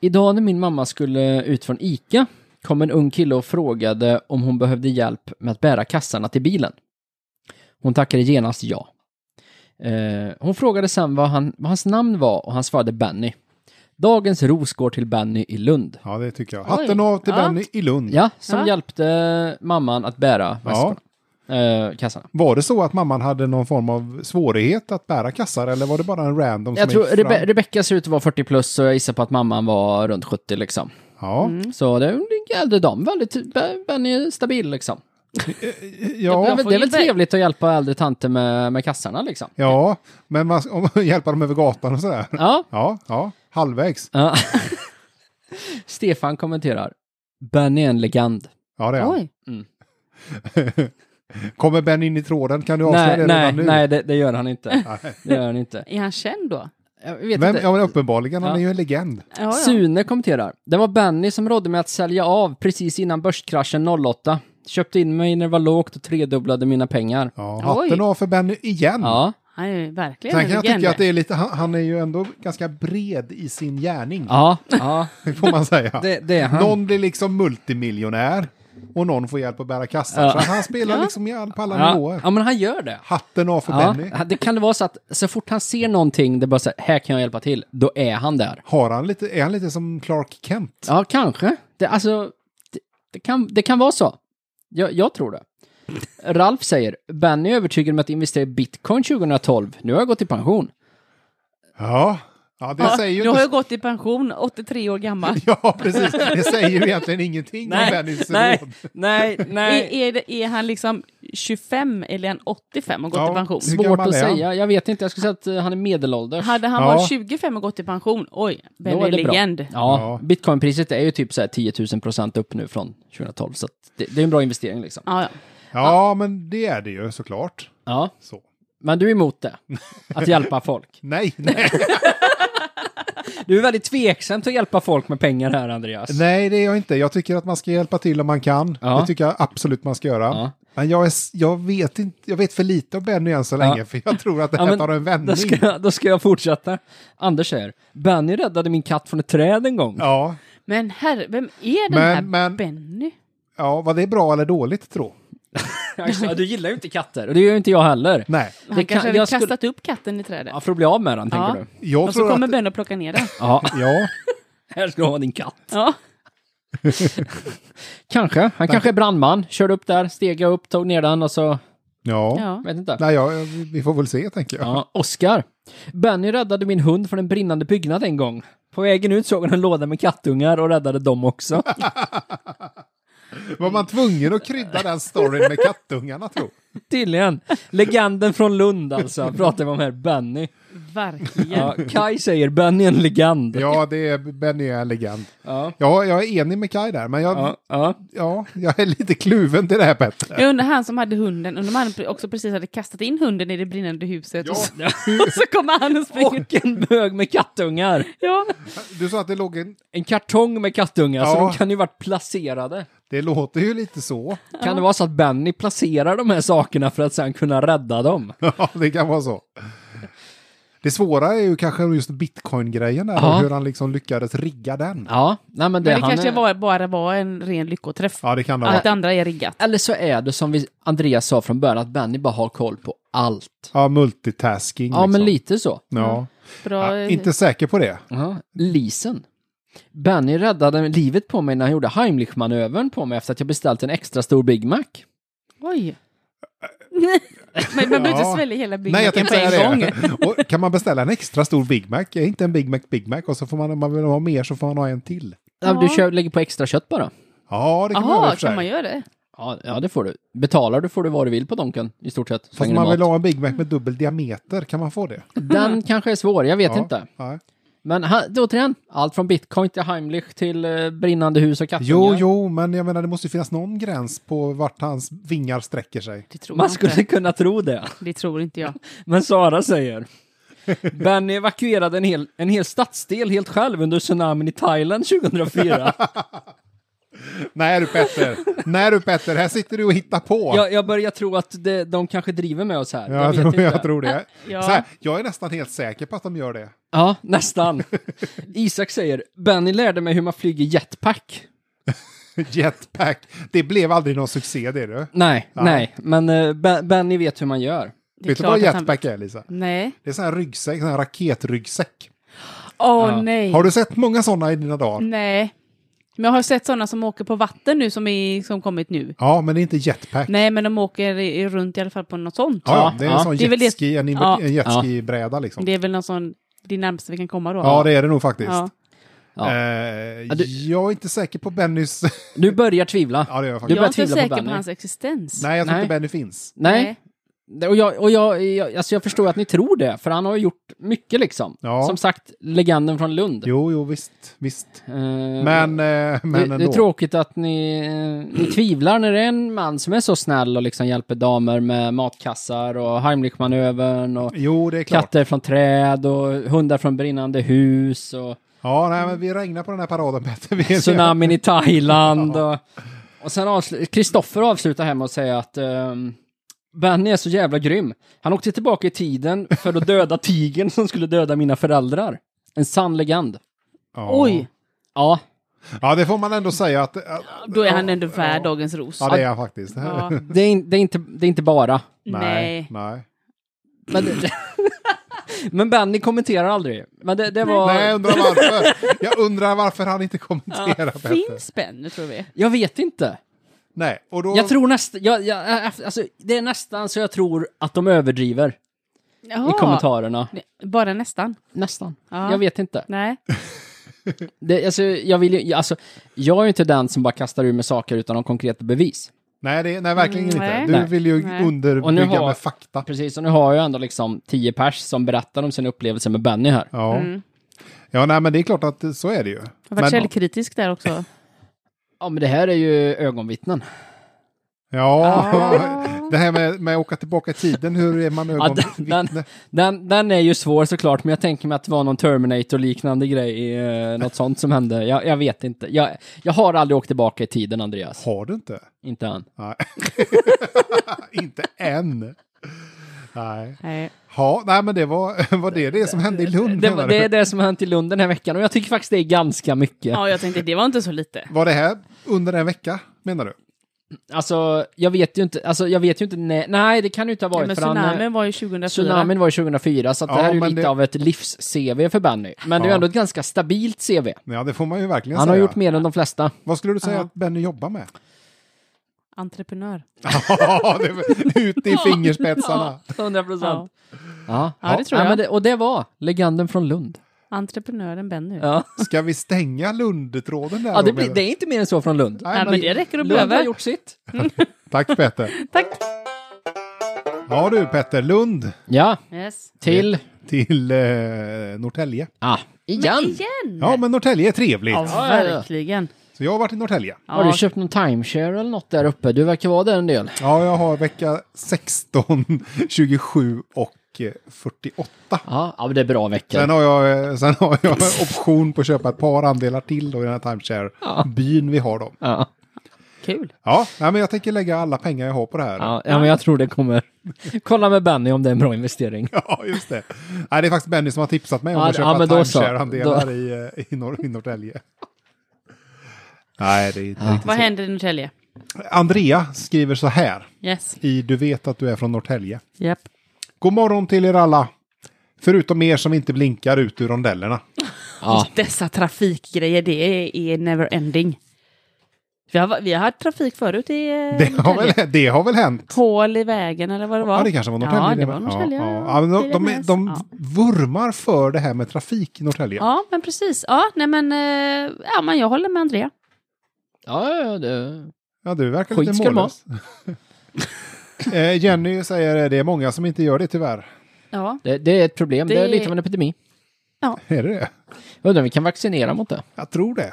[SPEAKER 1] Idag när min mamma skulle ut från ICA kom en ung kille och frågade om hon behövde hjälp med att bära kassarna till bilen. Hon tackade genast ja. Eh, hon frågade sen vad, han, vad hans namn var och han svarade Benny. Dagens ros går till Benny i Lund.
[SPEAKER 3] Ja, det tycker jag.
[SPEAKER 2] Oj.
[SPEAKER 3] Hatten av till
[SPEAKER 2] Ja.
[SPEAKER 3] Benny i Lund.
[SPEAKER 1] Ja, som
[SPEAKER 2] Ja.
[SPEAKER 1] hjälpte mamman att bära
[SPEAKER 3] Ja.
[SPEAKER 1] väskorna. Eh, kassarna.
[SPEAKER 3] Var det så att mamman hade någon form av svårighet att bära kassar eller var det bara en random
[SPEAKER 1] Jag
[SPEAKER 3] som
[SPEAKER 1] tror
[SPEAKER 3] gick fram?
[SPEAKER 1] Rebe- Rebecka ser ut att vara 40 plus så jag gissar på att mamman var runt 70 liksom.
[SPEAKER 3] Ja,
[SPEAKER 1] Så det är en äldre dam, väldigt, Be- Benny är stabil liksom.
[SPEAKER 3] ja,
[SPEAKER 1] Det är,
[SPEAKER 3] ja,
[SPEAKER 1] väl-
[SPEAKER 2] får
[SPEAKER 1] det är
[SPEAKER 2] ju
[SPEAKER 1] väl
[SPEAKER 2] väl-
[SPEAKER 1] trevligt att hjälpa äldre tanter med, med kassarna liksom.
[SPEAKER 3] men man, om, hjälpa dem över gatan och sådär.
[SPEAKER 1] Ja.
[SPEAKER 3] Ja, ja, halvvägs.
[SPEAKER 1] Ja. Stefan kommenterar. Benny är en legend.
[SPEAKER 3] Ja, det är han.
[SPEAKER 2] Oj.
[SPEAKER 3] Kommer Ben in i tråden? Kan du
[SPEAKER 1] nej,
[SPEAKER 3] avslöja det
[SPEAKER 1] nej,
[SPEAKER 3] redan nu?
[SPEAKER 1] nej, det, det gör han inte. Det gör han inte.
[SPEAKER 2] Är han känd då?
[SPEAKER 1] Jag vet
[SPEAKER 3] Men,
[SPEAKER 1] inte.
[SPEAKER 3] ja, men uppenbarligen, han
[SPEAKER 1] Ja.
[SPEAKER 3] är ju en legend.
[SPEAKER 2] Ja, ja.
[SPEAKER 1] Sune kommenterar. Det var Benny som rådde mig att sälja av precis innan börskraschen 08. Köpte in mig när det var lågt och tredubblade mina pengar.
[SPEAKER 3] Ja,
[SPEAKER 2] Oj.
[SPEAKER 3] hatten av för Benny igen.
[SPEAKER 1] Ja,
[SPEAKER 2] Han är ju verkligen
[SPEAKER 3] Sen kan jag tycka att det
[SPEAKER 2] är...
[SPEAKER 3] är lite, han, han är ju ändå ganska bred i sin gärning,
[SPEAKER 1] ja, ja.
[SPEAKER 3] får man säga.
[SPEAKER 1] Det, det är han.
[SPEAKER 3] Någon blir liksom multimiljonär och någon får hjälp att bära kassan.
[SPEAKER 1] Ja.
[SPEAKER 3] Så han spelar liksom i all, på alla
[SPEAKER 1] Ja,
[SPEAKER 3] nivåer.
[SPEAKER 1] ja, men han gör det.
[SPEAKER 3] Hatten av för
[SPEAKER 1] Ja,
[SPEAKER 3] Benny.
[SPEAKER 1] det kan det vara så att så fort han ser någonting, det är bara så här, här kan jag hjälpa till, då är han där.
[SPEAKER 3] Har han lite, är han lite som Clark Kent?
[SPEAKER 1] Ja, kanske. Det, alltså, det, det, kan, det kan vara så. Jag, jag tror det. Ralf säger, Benny är övertygad om att investera i bitcoin 2012. Nu har jag gått i pension.
[SPEAKER 3] Ja, ja det
[SPEAKER 2] Ja,
[SPEAKER 3] säger ju
[SPEAKER 2] nu har
[SPEAKER 3] inte...
[SPEAKER 2] jag gått i pension, 83 år gammal.
[SPEAKER 3] Ja, precis. Det säger ju egentligen ingenting om Bennys
[SPEAKER 1] nej,
[SPEAKER 3] råd.
[SPEAKER 1] nej, nej.
[SPEAKER 2] Är, är, det, är han liksom 25 eller är han 85 och gått
[SPEAKER 3] Ja.
[SPEAKER 2] i pension?
[SPEAKER 3] Hur
[SPEAKER 1] Svårt
[SPEAKER 3] gammal
[SPEAKER 1] att
[SPEAKER 3] är han?
[SPEAKER 1] säga. Jag vet inte, jag skulle säga att eh, han är medelålders.
[SPEAKER 2] Hade han
[SPEAKER 3] Ja.
[SPEAKER 2] varit 25 och gått i pension, oj,
[SPEAKER 1] Då
[SPEAKER 2] Benny är
[SPEAKER 1] det bra.
[SPEAKER 2] legend.
[SPEAKER 1] Ja,
[SPEAKER 3] Ja.
[SPEAKER 1] bitcoinpriset är ju typ så här 10 000 procent upp nu från 2012, så att det, det är en bra investering liksom.
[SPEAKER 2] Ja, ja.
[SPEAKER 3] Ja, men det är det ju såklart.
[SPEAKER 1] Ja,
[SPEAKER 3] Så.
[SPEAKER 1] men du är emot det. Att hjälpa folk.
[SPEAKER 3] Nej, nej,
[SPEAKER 1] Du är väldigt tveksam till att hjälpa folk med pengar här, Andreas.
[SPEAKER 3] nej, det är jag inte. Jag tycker att man ska hjälpa till om man kan.
[SPEAKER 1] Ja.
[SPEAKER 3] Det tycker jag absolut man ska göra.
[SPEAKER 1] Ja.
[SPEAKER 3] Men jag, är, s- jag, vet inte, jag vet för lite om Benny än så
[SPEAKER 1] Ja.
[SPEAKER 3] länge, för jag tror att det här
[SPEAKER 1] men
[SPEAKER 3] tar en vändning.
[SPEAKER 1] Då ska, jag- då ska jag fortsätta. Anders säger, Benny räddade min katt från ett träd en gång.
[SPEAKER 3] Ja,
[SPEAKER 2] Men herre, vem är den
[SPEAKER 3] Men-
[SPEAKER 2] här
[SPEAKER 3] men-
[SPEAKER 2] Benny?
[SPEAKER 3] ja, var det bra eller dåligt tro?
[SPEAKER 1] Ja, du gillar ju inte katter, och det gör ju inte jag heller.
[SPEAKER 3] Nej,
[SPEAKER 2] Han
[SPEAKER 1] Det kan-
[SPEAKER 2] kanske hade
[SPEAKER 1] jag skulle-
[SPEAKER 2] kastat upp katten i trädet.
[SPEAKER 1] Ja, för att bli av med den, tänker
[SPEAKER 2] Ja.
[SPEAKER 1] du.
[SPEAKER 3] jag
[SPEAKER 2] och så
[SPEAKER 3] tror
[SPEAKER 2] kommer
[SPEAKER 3] att...
[SPEAKER 2] Benny och plockar ner den.
[SPEAKER 1] Ja,
[SPEAKER 3] Ja,
[SPEAKER 1] här ska du ha din katt.
[SPEAKER 2] Ja.
[SPEAKER 1] Kanske. Han kanske är brandman. Körde upp där, steg upp, tog ner den och så...
[SPEAKER 3] ja.
[SPEAKER 2] Ja.
[SPEAKER 1] Vet inte.
[SPEAKER 3] Nej, ja, vi får väl se, tänker jag.
[SPEAKER 1] Ja, Oskar. Benny räddade min hund från en brinnande byggnad en gång. På vägen ut såg han en låda med kattungar och räddade dem också.
[SPEAKER 3] Var man tvungen att krydda den storyn med kattungarna, tro?
[SPEAKER 1] Tydligen. Legenden från Lund alltså, pratar vi om här. Benny.
[SPEAKER 2] verkligen.
[SPEAKER 1] Ja, Kai säger Benny är en legend.
[SPEAKER 3] Ja, det är Benny är elegant.
[SPEAKER 1] Ja.
[SPEAKER 3] Ja, jag är enig med Kaj där, men jag, ja.
[SPEAKER 1] Ja, ja.
[SPEAKER 3] jag är lite kluven till det här Petter.
[SPEAKER 2] Jag undrar han som hade hunden, undrar om han också precis hade kastat in hunden i det brinnande huset.
[SPEAKER 3] Ja.
[SPEAKER 2] Och, så, och så kommer han och springer.
[SPEAKER 1] Och en hög med kattungar.
[SPEAKER 2] Ja.
[SPEAKER 3] Du sa att det låg en...
[SPEAKER 1] En kartong med kattungar, så
[SPEAKER 3] Ja.
[SPEAKER 1] de kan ju varit placerade.
[SPEAKER 3] Det låter ju lite så.
[SPEAKER 1] Kan det vara så att Benny placerar de här sakerna för att sen kunna rädda dem?
[SPEAKER 3] Ja, det kan vara så. Det svåra är ju kanske just bitcoin-grejen där
[SPEAKER 1] Ja.
[SPEAKER 3] och hur han liksom lyckades rigga den.
[SPEAKER 1] Ja, nej men det,
[SPEAKER 2] Men det
[SPEAKER 1] han
[SPEAKER 2] kanske
[SPEAKER 1] är...
[SPEAKER 2] var, bara var en ren lyckoträff.
[SPEAKER 3] Ja, det kan det
[SPEAKER 2] Allt
[SPEAKER 3] vara.
[SPEAKER 2] andra är riggat.
[SPEAKER 1] Eller så är det som vi, Andreas sa från början, att Benny bara har koll på allt.
[SPEAKER 3] Ja, multitasking.
[SPEAKER 1] Ja, men
[SPEAKER 3] liksom.
[SPEAKER 1] lite så.
[SPEAKER 3] Ja.
[SPEAKER 2] Bra.
[SPEAKER 3] Ja, inte säker på det.
[SPEAKER 1] Ja, Lisen. Benny räddade livet på mig när han gjorde Heimlich-manövern på mig efter att jag beställt en extra stor Big Mac.
[SPEAKER 2] Oj. Men man behöver
[SPEAKER 3] Ja.
[SPEAKER 2] inte svälja hela Big
[SPEAKER 3] Nej, jag
[SPEAKER 2] Macen på
[SPEAKER 3] tänkte
[SPEAKER 2] en
[SPEAKER 3] säga
[SPEAKER 2] gång.
[SPEAKER 3] det. Och kan man beställa en extra stor Big Mac? Är inte en Big Mac Big Mac? Och så får man, om man vill ha mer så får man ha en till.
[SPEAKER 1] Ja. Du
[SPEAKER 2] Ja.
[SPEAKER 1] kör, lägger på extra kött bara.
[SPEAKER 3] Ja, det kan man göra i
[SPEAKER 2] Jaha,
[SPEAKER 3] och för
[SPEAKER 2] kan man
[SPEAKER 3] sig.
[SPEAKER 2] göra det?
[SPEAKER 1] Ja, ja, det får du. Betalar du får du vad du vill på Donken, i stort sett.
[SPEAKER 3] Fast
[SPEAKER 1] Slänger
[SPEAKER 3] man
[SPEAKER 1] du
[SPEAKER 3] vill
[SPEAKER 1] mat.
[SPEAKER 3] ha en Big Mac med dubbel diameter, kan man få det?
[SPEAKER 1] Den kanske är svår, jag vet
[SPEAKER 3] Ja.
[SPEAKER 1] inte.
[SPEAKER 3] Nej.
[SPEAKER 1] Men han, återigen, allt från bitcoin till Heimlich till eh, brinnande hus och kattungar.
[SPEAKER 3] Jo, jo, men jag menar det måste ju finnas någon gräns på vart hans vingar sträcker sig.
[SPEAKER 2] Det tror
[SPEAKER 1] Man
[SPEAKER 2] jag
[SPEAKER 1] skulle
[SPEAKER 2] inte.
[SPEAKER 1] kunna tro det.
[SPEAKER 2] Det tror inte jag.
[SPEAKER 1] Men Sara säger. Benny evakuerade en hel, en hel stadsdel helt själv under tsunamin i Thailand 2004.
[SPEAKER 3] Nej du Petter, nej du Petter, här sitter du och hittar på.
[SPEAKER 1] Jag, jag börjar tro att det, de kanske driver med oss här.
[SPEAKER 3] Ja,
[SPEAKER 1] jag
[SPEAKER 3] jag,
[SPEAKER 1] vet
[SPEAKER 3] tror,
[SPEAKER 1] inte.
[SPEAKER 3] jag tror det.
[SPEAKER 2] Ja.
[SPEAKER 3] Så här, jag är nästan helt säker på att de gör det.
[SPEAKER 1] Ja, nästan. Isak säger, Benny lärde mig hur man flyger jetpack.
[SPEAKER 3] Jetpack, det blev aldrig någon succé det du.
[SPEAKER 1] Nej, nej, men eh, Ben- Benny vet hur man gör.
[SPEAKER 2] Det är
[SPEAKER 3] Vet du
[SPEAKER 2] klart
[SPEAKER 3] vad
[SPEAKER 2] att han-
[SPEAKER 3] jetpack är Lisa?
[SPEAKER 2] Nej.
[SPEAKER 3] Det är sån här ryggsäck, sån här raketryggsäck.
[SPEAKER 2] Åh nej.
[SPEAKER 3] Har du sett många sådana i dina
[SPEAKER 2] Mm.
[SPEAKER 3] dagar?
[SPEAKER 2] Nej. Men jag har sett sådana som åker på vatten nu som, är, som kommit nu.
[SPEAKER 3] Ja, men det är inte jetpack.
[SPEAKER 2] Nej, men de åker i, i runt i alla fall på något sånt.
[SPEAKER 3] Ja, ja, det är en
[SPEAKER 1] Ja.
[SPEAKER 3] sån
[SPEAKER 2] Det är väl det-
[SPEAKER 3] jetski, en,
[SPEAKER 2] Ja.
[SPEAKER 3] en jetski-bräda liksom.
[SPEAKER 2] Det är väl någon sån, det är närmaste vi kan komma då.
[SPEAKER 3] Ja, det är det nog faktiskt.
[SPEAKER 2] Ja.
[SPEAKER 1] Ja.
[SPEAKER 3] Eh,
[SPEAKER 1] du-
[SPEAKER 3] Jag är inte säker på Bennys...
[SPEAKER 1] Du börjar tvivla.
[SPEAKER 3] ja, det gör
[SPEAKER 1] Du
[SPEAKER 3] jag faktiskt.
[SPEAKER 2] Jag är
[SPEAKER 1] börjar
[SPEAKER 2] inte
[SPEAKER 1] tvivla på
[SPEAKER 2] säker på,
[SPEAKER 1] Benny.
[SPEAKER 2] hans existens.
[SPEAKER 3] Nej, jag tror
[SPEAKER 1] Nej.
[SPEAKER 3] inte Benny finns.
[SPEAKER 1] Nej. Och, jag, och jag, jag, alltså jag förstår att ni tror det, för han har ju gjort mycket liksom.
[SPEAKER 3] Ja.
[SPEAKER 1] Som sagt, legenden från Lund.
[SPEAKER 3] Jo, jo, visst. visst.
[SPEAKER 1] Eh,
[SPEAKER 3] Men, eh, men
[SPEAKER 1] det,
[SPEAKER 3] ändå.
[SPEAKER 1] det är tråkigt att ni, eh, ni tvivlar när det är en man som är så snäll och liksom hjälper damer med matkassar och Heimlich-manövern och
[SPEAKER 3] Jo, det är klart.
[SPEAKER 1] katter från träd och hundar från brinnande hus och
[SPEAKER 3] Ja, nej, men vi regnar på den här paraden, Petter. Vi är
[SPEAKER 1] tsunamin i Thailand. Och, och sen avslu- Kristoffer avslutar här med att säga att ehm, Benny är så jävla grym. Han åkte tillbaka i tiden för att döda tigern som skulle döda mina föräldrar. En sann legend.
[SPEAKER 3] Ja.
[SPEAKER 2] Oj,
[SPEAKER 1] Ja,
[SPEAKER 3] Ja, det får man ändå säga att... att
[SPEAKER 2] då är han ändå värd dagens ros.
[SPEAKER 3] ja, det är han faktiskt.
[SPEAKER 2] Ja.
[SPEAKER 1] det är, in, det är, inte, det är inte bara.
[SPEAKER 3] nej.
[SPEAKER 2] Nej.
[SPEAKER 3] nej.
[SPEAKER 1] Men, men Benny kommenterar aldrig. Men det, det var...
[SPEAKER 3] Nej, jag undrar varför. Jag undrar varför han inte kommenterar, Petter.
[SPEAKER 2] Finns Ben, nu tror vi.
[SPEAKER 1] Jag vet inte.
[SPEAKER 3] Nej, och då...
[SPEAKER 1] Jag tror nästan... Jag, jag, alltså, det är nästan så jag tror att de överdriver i kommentarerna.
[SPEAKER 2] Bara nästan.
[SPEAKER 1] Nästan.
[SPEAKER 2] Ja.
[SPEAKER 1] Jag vet inte.
[SPEAKER 2] Nej.
[SPEAKER 1] Det, alltså, jag, vill ju, alltså, jag är ju inte den som bara kastar ur mig saker utan har konkreta bevis.
[SPEAKER 3] Nej, det, nej, verkligen
[SPEAKER 2] Mm, nej.
[SPEAKER 3] inte. Du
[SPEAKER 1] Nej.
[SPEAKER 3] vill ju
[SPEAKER 2] Nej.
[SPEAKER 1] Och nu
[SPEAKER 3] underbygga
[SPEAKER 1] har-
[SPEAKER 3] med fakta.
[SPEAKER 1] Precis, och nu har jag ändå liksom tio pers som berättar om sina upplevelser med Benny här.
[SPEAKER 3] Ja. ja, nej, men det är klart att så är det ju.
[SPEAKER 2] Jag Mm. har varit
[SPEAKER 3] Men,
[SPEAKER 2] källkritisk där också.
[SPEAKER 1] Ja, men det här är ju ögonvittnen.
[SPEAKER 3] ja,
[SPEAKER 2] Ah.
[SPEAKER 3] det här med, med att åka tillbaka i tiden, hur är man
[SPEAKER 1] Ja, den,
[SPEAKER 3] ögonvittne?
[SPEAKER 1] den, den, den är ju svår såklart, men jag tänker mig att det var någon Terminator-liknande grej, eh, något sånt som hände. Jag, jag vet inte. Jag, jag har aldrig åkt tillbaka i tiden, Andreas.
[SPEAKER 3] Har du inte?
[SPEAKER 1] Inte än.
[SPEAKER 3] Nej. inte än. Nej.
[SPEAKER 2] Nej.
[SPEAKER 3] Ja, nej, men det var, var det det som hände i Lund?
[SPEAKER 1] Det,
[SPEAKER 3] menar
[SPEAKER 1] var-
[SPEAKER 3] du?
[SPEAKER 1] det är det som har hänt i Lund den här veckan, och jag tycker faktiskt det är ganska mycket.
[SPEAKER 2] Ja, jag tänkte det var inte så lite.
[SPEAKER 3] Var det här under en vecka, menar du?
[SPEAKER 1] Alltså, jag vet ju inte, alltså, jag vet ju inte när, nej det kan ju inte ha
[SPEAKER 2] Nej,
[SPEAKER 1] varit
[SPEAKER 2] men
[SPEAKER 1] för han, eh,
[SPEAKER 2] tsunamin var ju 2004.
[SPEAKER 1] Tsunamin var ju 2004, så att det
[SPEAKER 3] Ja,
[SPEAKER 1] här är ju
[SPEAKER 3] men
[SPEAKER 1] lite
[SPEAKER 3] det-
[SPEAKER 1] av ett livs-CV för Benny. Men det är ju
[SPEAKER 3] Ja.
[SPEAKER 1] ändå ett ganska stabilt CV.
[SPEAKER 3] Ja, det får man ju verkligen
[SPEAKER 1] Han har
[SPEAKER 3] säga.
[SPEAKER 1] gjort mer än de flesta.
[SPEAKER 3] Vad skulle du säga
[SPEAKER 2] Ja.
[SPEAKER 3] att Benny jobbar med?
[SPEAKER 2] Entreprenör.
[SPEAKER 3] Ja, det var- Ut i fingerspetsarna.
[SPEAKER 1] 100 procent. Ja.
[SPEAKER 2] Ja, det tror
[SPEAKER 1] Ja,
[SPEAKER 2] jag.
[SPEAKER 1] men det, och det var legenden från Lund.
[SPEAKER 2] Entreprenören Ben nu.
[SPEAKER 1] Ja,
[SPEAKER 3] Ska vi stänga Lundtråden där?
[SPEAKER 1] ja det,
[SPEAKER 3] då,
[SPEAKER 1] blir,
[SPEAKER 3] menar
[SPEAKER 1] det
[SPEAKER 3] du?
[SPEAKER 1] är inte mer än så från Lund.
[SPEAKER 3] Nej,
[SPEAKER 2] Nej,
[SPEAKER 3] men-
[SPEAKER 2] men det räcker att
[SPEAKER 1] Lund har
[SPEAKER 2] behöva.
[SPEAKER 1] gjort sitt.
[SPEAKER 3] Tack Petter.
[SPEAKER 2] Tack.
[SPEAKER 3] Ja du Petter, Lund
[SPEAKER 1] Ja,
[SPEAKER 2] Yes.
[SPEAKER 1] till...
[SPEAKER 3] till eh, Norrtälje.
[SPEAKER 1] Ah,
[SPEAKER 2] Men
[SPEAKER 1] igen!
[SPEAKER 2] igen!
[SPEAKER 3] Ja, men Norrtälje är trevligt.
[SPEAKER 2] Ja, verkligen.
[SPEAKER 3] Så jag har varit i Norrtälje.
[SPEAKER 1] Har
[SPEAKER 2] Ja.
[SPEAKER 1] du köpt någon timeshare eller något där uppe? Du verkar vara där en del.
[SPEAKER 3] Ja, jag har vecka 16, 27 och eh, 48.
[SPEAKER 1] Ja, ja men det är bra
[SPEAKER 3] Sen
[SPEAKER 1] veckor.
[SPEAKER 3] har, jag, eh, sen har jag option på att köpa ett par andelar till då i den här timeshare-byn vi har då.
[SPEAKER 1] Ja,
[SPEAKER 2] Kul.
[SPEAKER 3] Ja, nej, men jag tänker lägga alla pengar jag har på det här.
[SPEAKER 1] ja, ja, men jag tror det kommer. Kolla med Benny om det är en bra investering.
[SPEAKER 3] Ja, just det. Nej, det är faktiskt Benny som har tipsat mig om
[SPEAKER 1] Ja,
[SPEAKER 3] att
[SPEAKER 1] ja, men
[SPEAKER 3] köpa
[SPEAKER 1] då så.
[SPEAKER 3] timeshare-andelar
[SPEAKER 1] Då-
[SPEAKER 3] i, eh, i, Nor- i Norrtälje. Nej, det är inte riktigt
[SPEAKER 2] Vad händer i Norrtälje?
[SPEAKER 3] så. Andrea skriver så här
[SPEAKER 2] Yes.
[SPEAKER 3] i Du vet att du är från Norrtälje.
[SPEAKER 2] Japp.
[SPEAKER 3] God morgon till er alla. Förutom er som inte blinkar ut ur rondellerna.
[SPEAKER 1] Ja,
[SPEAKER 2] Dessa trafikgrejer, det är, är never ending. Vi har, vi har haft trafik förut i eh,
[SPEAKER 3] Det har
[SPEAKER 2] Norrtälje.
[SPEAKER 3] väl, det har väl hänt?
[SPEAKER 2] Hål i vägen eller vad det var.
[SPEAKER 3] Ja, det kanske var Norrtälje.
[SPEAKER 2] Ja, det var
[SPEAKER 3] med.
[SPEAKER 2] Norrtälje.
[SPEAKER 3] Ja, ja. Ja, men de, de, de, de
[SPEAKER 2] ja.
[SPEAKER 3] vurmar för det här med trafik i Norrtälje.
[SPEAKER 2] ja, men precis. Ja, nej men, eh, ja, men jag håller med Andrea.
[SPEAKER 1] ja, ja det...
[SPEAKER 3] Ja, du verkar
[SPEAKER 1] Skit
[SPEAKER 3] lite
[SPEAKER 1] ska det vara.
[SPEAKER 3] mållös. Eh, Jenny säger eh, det är många som inte gör det tyvärr.
[SPEAKER 2] Ja,
[SPEAKER 1] Det, det är ett problem. Det...
[SPEAKER 2] Det-
[SPEAKER 1] är lite av en epidemi.
[SPEAKER 3] Är det det?
[SPEAKER 1] Jag undrar om vi kan vaccinera mot det.
[SPEAKER 3] Jag tror det.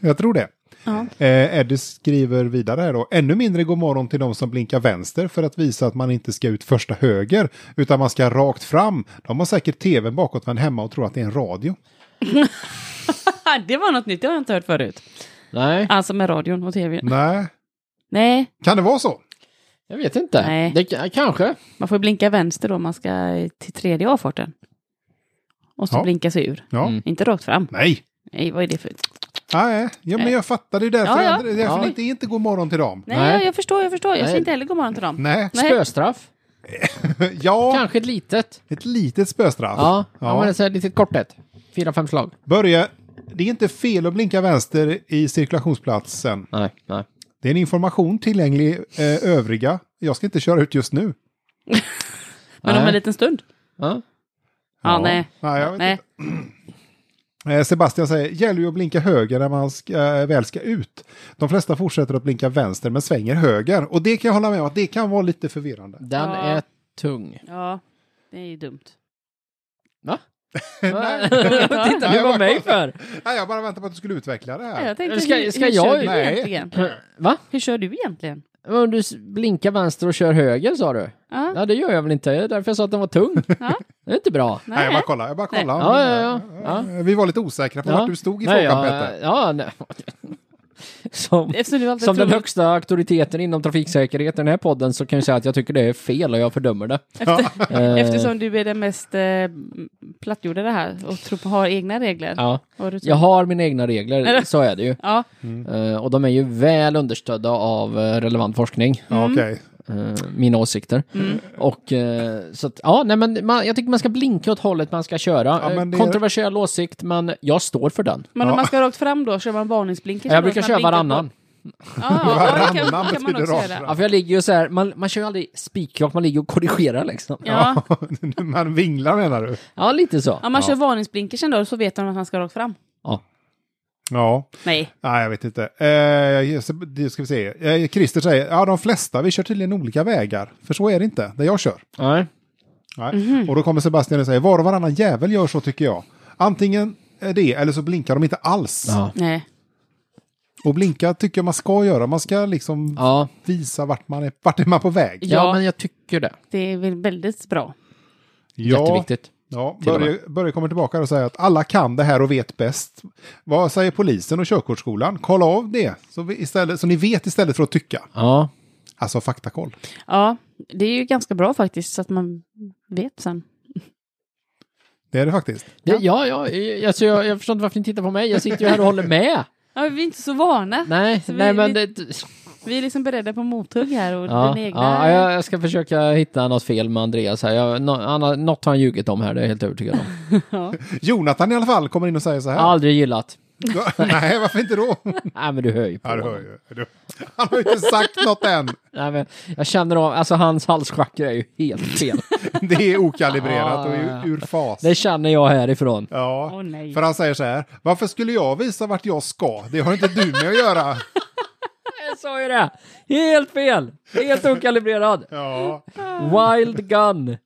[SPEAKER 3] Jag tror det.
[SPEAKER 2] ja.
[SPEAKER 3] Eh, Eddie skriver vidare här då. Ännu mindre god morgon till de som blinkar vänster för att visa att man inte ska ut första höger utan man ska rakt fram. De har säkert tvn bakåtvänd hemma och tror att det är en radio.
[SPEAKER 2] det var något nytt, det har jag inte hört förut.
[SPEAKER 1] Nej,
[SPEAKER 2] Alltså med radion och tvn.
[SPEAKER 3] Nej,
[SPEAKER 2] Nej,
[SPEAKER 3] kan det vara så?
[SPEAKER 1] jag vet inte.
[SPEAKER 2] Nej.
[SPEAKER 1] Det, k- kanske.
[SPEAKER 2] man får blinka vänster då om man ska till tredje avfarten. Och så
[SPEAKER 3] Ja.
[SPEAKER 2] blinka sig ur.
[SPEAKER 3] Ja.
[SPEAKER 1] Mm.
[SPEAKER 2] Inte rakt fram.
[SPEAKER 3] Nej.
[SPEAKER 2] Nej, vad är det för...
[SPEAKER 3] Nej, ja, men jag fattar. Det är
[SPEAKER 2] Ja,
[SPEAKER 3] därför,
[SPEAKER 2] ja.
[SPEAKER 3] det är därför
[SPEAKER 1] Ja.
[SPEAKER 3] det inte är inte god morgon till dem.
[SPEAKER 2] Nej,
[SPEAKER 1] Nej.
[SPEAKER 2] Jag, jag förstår, jag förstår. Jag
[SPEAKER 1] Nej.
[SPEAKER 2] säger inte heller god morgon till dem.
[SPEAKER 3] Nej,
[SPEAKER 2] Nej.
[SPEAKER 1] Spöstraff.
[SPEAKER 3] ja,
[SPEAKER 1] Kanske ett litet.
[SPEAKER 3] ett litet spöstraff.
[SPEAKER 1] Ja, ja.
[SPEAKER 3] Ja.
[SPEAKER 1] men det är så här ett litet kortet. Fyra, fem slag.
[SPEAKER 3] Börje, det är inte fel att blinka vänster i cirkulationsplatsen.
[SPEAKER 1] Nej, nej.
[SPEAKER 3] Det är en information tillgänglig eh, övriga. Jag ska inte köra ut just nu.
[SPEAKER 2] Men om
[SPEAKER 1] Nej.
[SPEAKER 2] en liten stund.
[SPEAKER 1] Ja.
[SPEAKER 2] Ja, nej.
[SPEAKER 3] nej, jag vet
[SPEAKER 2] Nej.
[SPEAKER 3] Inte. Eh, Sebastian säger, gäller ju att blinka höger när man ska, eh, väl ska ut. De flesta fortsätter att blinka vänster men svänger höger. Och det kan jag hålla med om att det kan vara lite förvirrande.
[SPEAKER 1] Den
[SPEAKER 2] Ja.
[SPEAKER 1] är tung.
[SPEAKER 2] Ja, det är ju dumt.
[SPEAKER 1] Va?
[SPEAKER 3] Nej.
[SPEAKER 1] Tittar
[SPEAKER 3] Nej,
[SPEAKER 1] du på
[SPEAKER 3] vad-
[SPEAKER 1] mig för?
[SPEAKER 3] Nej, jag bara väntar på att du skulle utveckla det här.
[SPEAKER 2] Jag tänkte,
[SPEAKER 1] Ska-
[SPEAKER 2] hur,
[SPEAKER 1] ska
[SPEAKER 2] hur
[SPEAKER 1] jag-
[SPEAKER 2] kör du
[SPEAKER 3] Nej.
[SPEAKER 2] egentligen?
[SPEAKER 1] Va?
[SPEAKER 2] Hur kör du egentligen?
[SPEAKER 1] Om du s- blinkar vänster och kör höger sa du?
[SPEAKER 2] Ja,
[SPEAKER 1] Ja, det gör jag väl inte. Det är därför jag sa att den var tung.
[SPEAKER 2] Ja.
[SPEAKER 1] Det är inte bra.
[SPEAKER 3] Nej, jag bara
[SPEAKER 2] nej.
[SPEAKER 3] kollar. Jag bara
[SPEAKER 2] Nej.
[SPEAKER 3] kollar.
[SPEAKER 1] Ja, ja, ja. ja.
[SPEAKER 3] Eh, Vi var lite osäkra på
[SPEAKER 1] Ja.
[SPEAKER 3] vart du stod i
[SPEAKER 1] Nej, ja,
[SPEAKER 3] frågan,
[SPEAKER 1] Mm.
[SPEAKER 3] Petter.
[SPEAKER 1] Ja, nej. Som,
[SPEAKER 2] Eftersom du alltid
[SPEAKER 1] som den
[SPEAKER 2] tror,
[SPEAKER 1] högsta auktoriteten inom trafiksäkerhet i den här podden så kan jag säga att jag tycker det är fel och jag fördömer det. Eh,
[SPEAKER 2] eftersom du är den mest eh, plattgjorda det här och tror på har egna regler.
[SPEAKER 1] Ja,
[SPEAKER 2] Och du tror-
[SPEAKER 1] jag har mina egna regler, så är det ju.
[SPEAKER 2] ja.
[SPEAKER 3] Mm.
[SPEAKER 1] Eh, Och de är ju väl understödda av eh, relevant forskning,
[SPEAKER 3] Ja, Okej.
[SPEAKER 1] eh, mina åsikter. Och eh, så att, ja, nej men man, jag tycker man ska blinka åt hållet man ska köra.
[SPEAKER 3] Ja, men
[SPEAKER 1] Eh,
[SPEAKER 3] det-
[SPEAKER 1] Kontroversiell åsikt, men jag står för den.
[SPEAKER 2] Men
[SPEAKER 3] Ja.
[SPEAKER 2] om man ska rakt fram då, kör man varningsblinkers? då,
[SPEAKER 1] Jag brukar
[SPEAKER 2] så man blinkar
[SPEAKER 1] köra
[SPEAKER 2] på-
[SPEAKER 1] varannan.
[SPEAKER 2] Ja, ja, ja, det kan,
[SPEAKER 3] Varannan
[SPEAKER 2] kan man
[SPEAKER 3] betyder
[SPEAKER 2] också
[SPEAKER 3] rakt
[SPEAKER 2] göra.
[SPEAKER 1] Ja, för jag ligger ju så här, man, man kör ju aldrig spikrakt, man ligger och korrigerar liksom.
[SPEAKER 2] Ja.
[SPEAKER 3] Man vinglar menar du?
[SPEAKER 1] Ja, lite så.
[SPEAKER 2] ja, man kör varningsblinkersen då, så vet de att man ska rakt fram.
[SPEAKER 1] Ja.
[SPEAKER 3] Ja.
[SPEAKER 2] Nej.
[SPEAKER 3] Nej, jag vet inte. Eh, just- det ska vi se. Eh, Christer säger, ja de flesta, vi kör tydligen olika vägar. För så är det inte, där jag kör.
[SPEAKER 1] Nej.
[SPEAKER 3] Nej. Och då kommer Sebastian och säger, var och varannan jävel gör så tycker jag. Antingen är det, eller så blinkar de inte alls.
[SPEAKER 1] Ja.
[SPEAKER 2] Nej.
[SPEAKER 3] Och blinka tycker jag man ska göra, man ska liksom
[SPEAKER 1] Ja.
[SPEAKER 3] visa vart man är, vart är man på väg.
[SPEAKER 1] ja,
[SPEAKER 2] Ja.
[SPEAKER 1] men jag tycker det.
[SPEAKER 2] Det är väl väldigt bra.
[SPEAKER 1] Jätteviktigt.
[SPEAKER 3] Ja,
[SPEAKER 1] Till och
[SPEAKER 3] Börje, Börje kommer tillbaka och säger att alla kan det här och vet bäst. Vad säger polisen och körkortsskolan? Kolla av det, så, vi istället, så ni vet istället för att tycka.
[SPEAKER 1] Ja.
[SPEAKER 3] Alltså faktakoll.
[SPEAKER 2] Ja, det är ju ganska bra faktiskt, så att man vet sen.
[SPEAKER 3] Det är det faktiskt.
[SPEAKER 1] Det, ja, ja, eh, alltså, jag, jag förstår inte varför ni tittar på mig. Jag sitter ju här och håller med.
[SPEAKER 2] Ja, vi är inte så vana.
[SPEAKER 1] Nej,
[SPEAKER 2] Så vi-
[SPEAKER 1] nej men
[SPEAKER 2] vi-
[SPEAKER 1] det...
[SPEAKER 2] Vi är liksom beredda på mothugg här och
[SPEAKER 1] Ja,
[SPEAKER 2] den egna...
[SPEAKER 1] ja, jag- jag ska försöka hitta något fel med Andreas här. Jag, nå- han har, något har han ljugit om här, det är jag helt övertygad om.
[SPEAKER 3] Jonathan i alla fall kommer in och säger så här.
[SPEAKER 1] Aldrig gillat.
[SPEAKER 3] Nej, varför inte då?
[SPEAKER 1] Nej, men du hör ju på.
[SPEAKER 3] Ja, du hör ju. Du- Han har ju inte sagt något än.
[SPEAKER 1] Nej, men jag känner av, alltså hans halschakra är ju helt fel.
[SPEAKER 3] Det är okalibrerat och ur, ur fas.
[SPEAKER 1] Det känner jag härifrån.
[SPEAKER 3] Ja,
[SPEAKER 2] Åh, nej.
[SPEAKER 3] för han säger så här. Varför skulle jag visa vart jag ska? Det har inte du med att göra.
[SPEAKER 1] sa ju det! Helt fel! Helt okalibrerad.
[SPEAKER 3] Ja,
[SPEAKER 1] Wild gun.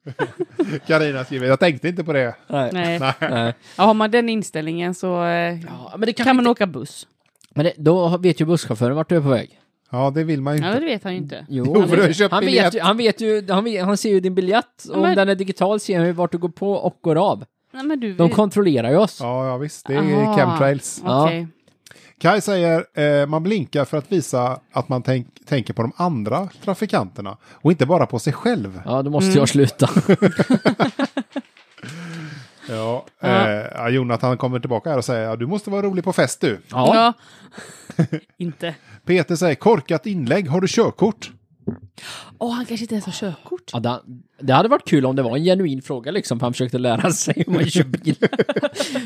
[SPEAKER 3] Carina skriver, jag tänkte inte på det.
[SPEAKER 1] Nej.
[SPEAKER 2] Nej.
[SPEAKER 1] Nej.
[SPEAKER 2] Ja, har man den inställningen så eh,
[SPEAKER 1] Ja, men det
[SPEAKER 2] kan
[SPEAKER 1] kanske
[SPEAKER 2] man
[SPEAKER 1] inte...
[SPEAKER 2] åka buss.
[SPEAKER 1] Men det, då vet ju busschauffören vart du är på väg.
[SPEAKER 3] Ja, det vill man ju
[SPEAKER 2] Ja,
[SPEAKER 3] inte.
[SPEAKER 2] det vet han ju inte.
[SPEAKER 1] Jo,
[SPEAKER 3] Jo,
[SPEAKER 1] han,
[SPEAKER 3] för du har
[SPEAKER 1] vet,
[SPEAKER 3] köpt
[SPEAKER 1] han, vet
[SPEAKER 3] biljett.
[SPEAKER 1] ju, han vet ju, han, vet, han ser ju din biljett. Om
[SPEAKER 2] Men-
[SPEAKER 1] den är digital ser han ju vart du går på och går av.
[SPEAKER 2] Nej, men du vet.
[SPEAKER 1] De kontrollerar ju oss.
[SPEAKER 3] Ja, ja visst. Det
[SPEAKER 2] Aha.
[SPEAKER 3] är chemtrails.
[SPEAKER 2] Okej.
[SPEAKER 3] Kai säger eh, man blinkar för att visa att man tänk, tänker på de andra trafikanterna och inte bara på sig själv.
[SPEAKER 1] Ja, då måste jag sluta.
[SPEAKER 3] Ja. Eh, ja, Jonathan kommer tillbaka här och säger ja, du måste vara rolig på fest du.
[SPEAKER 1] Ja.
[SPEAKER 2] Ja. inte.
[SPEAKER 3] Peter säger korkat inlägg, har du körkort?
[SPEAKER 2] Åh, han kanske inte ens har körkort.
[SPEAKER 1] Ja, det, det hade varit kul om det var en genuin fråga liksom, för han försökte lära sig hur man kör bil.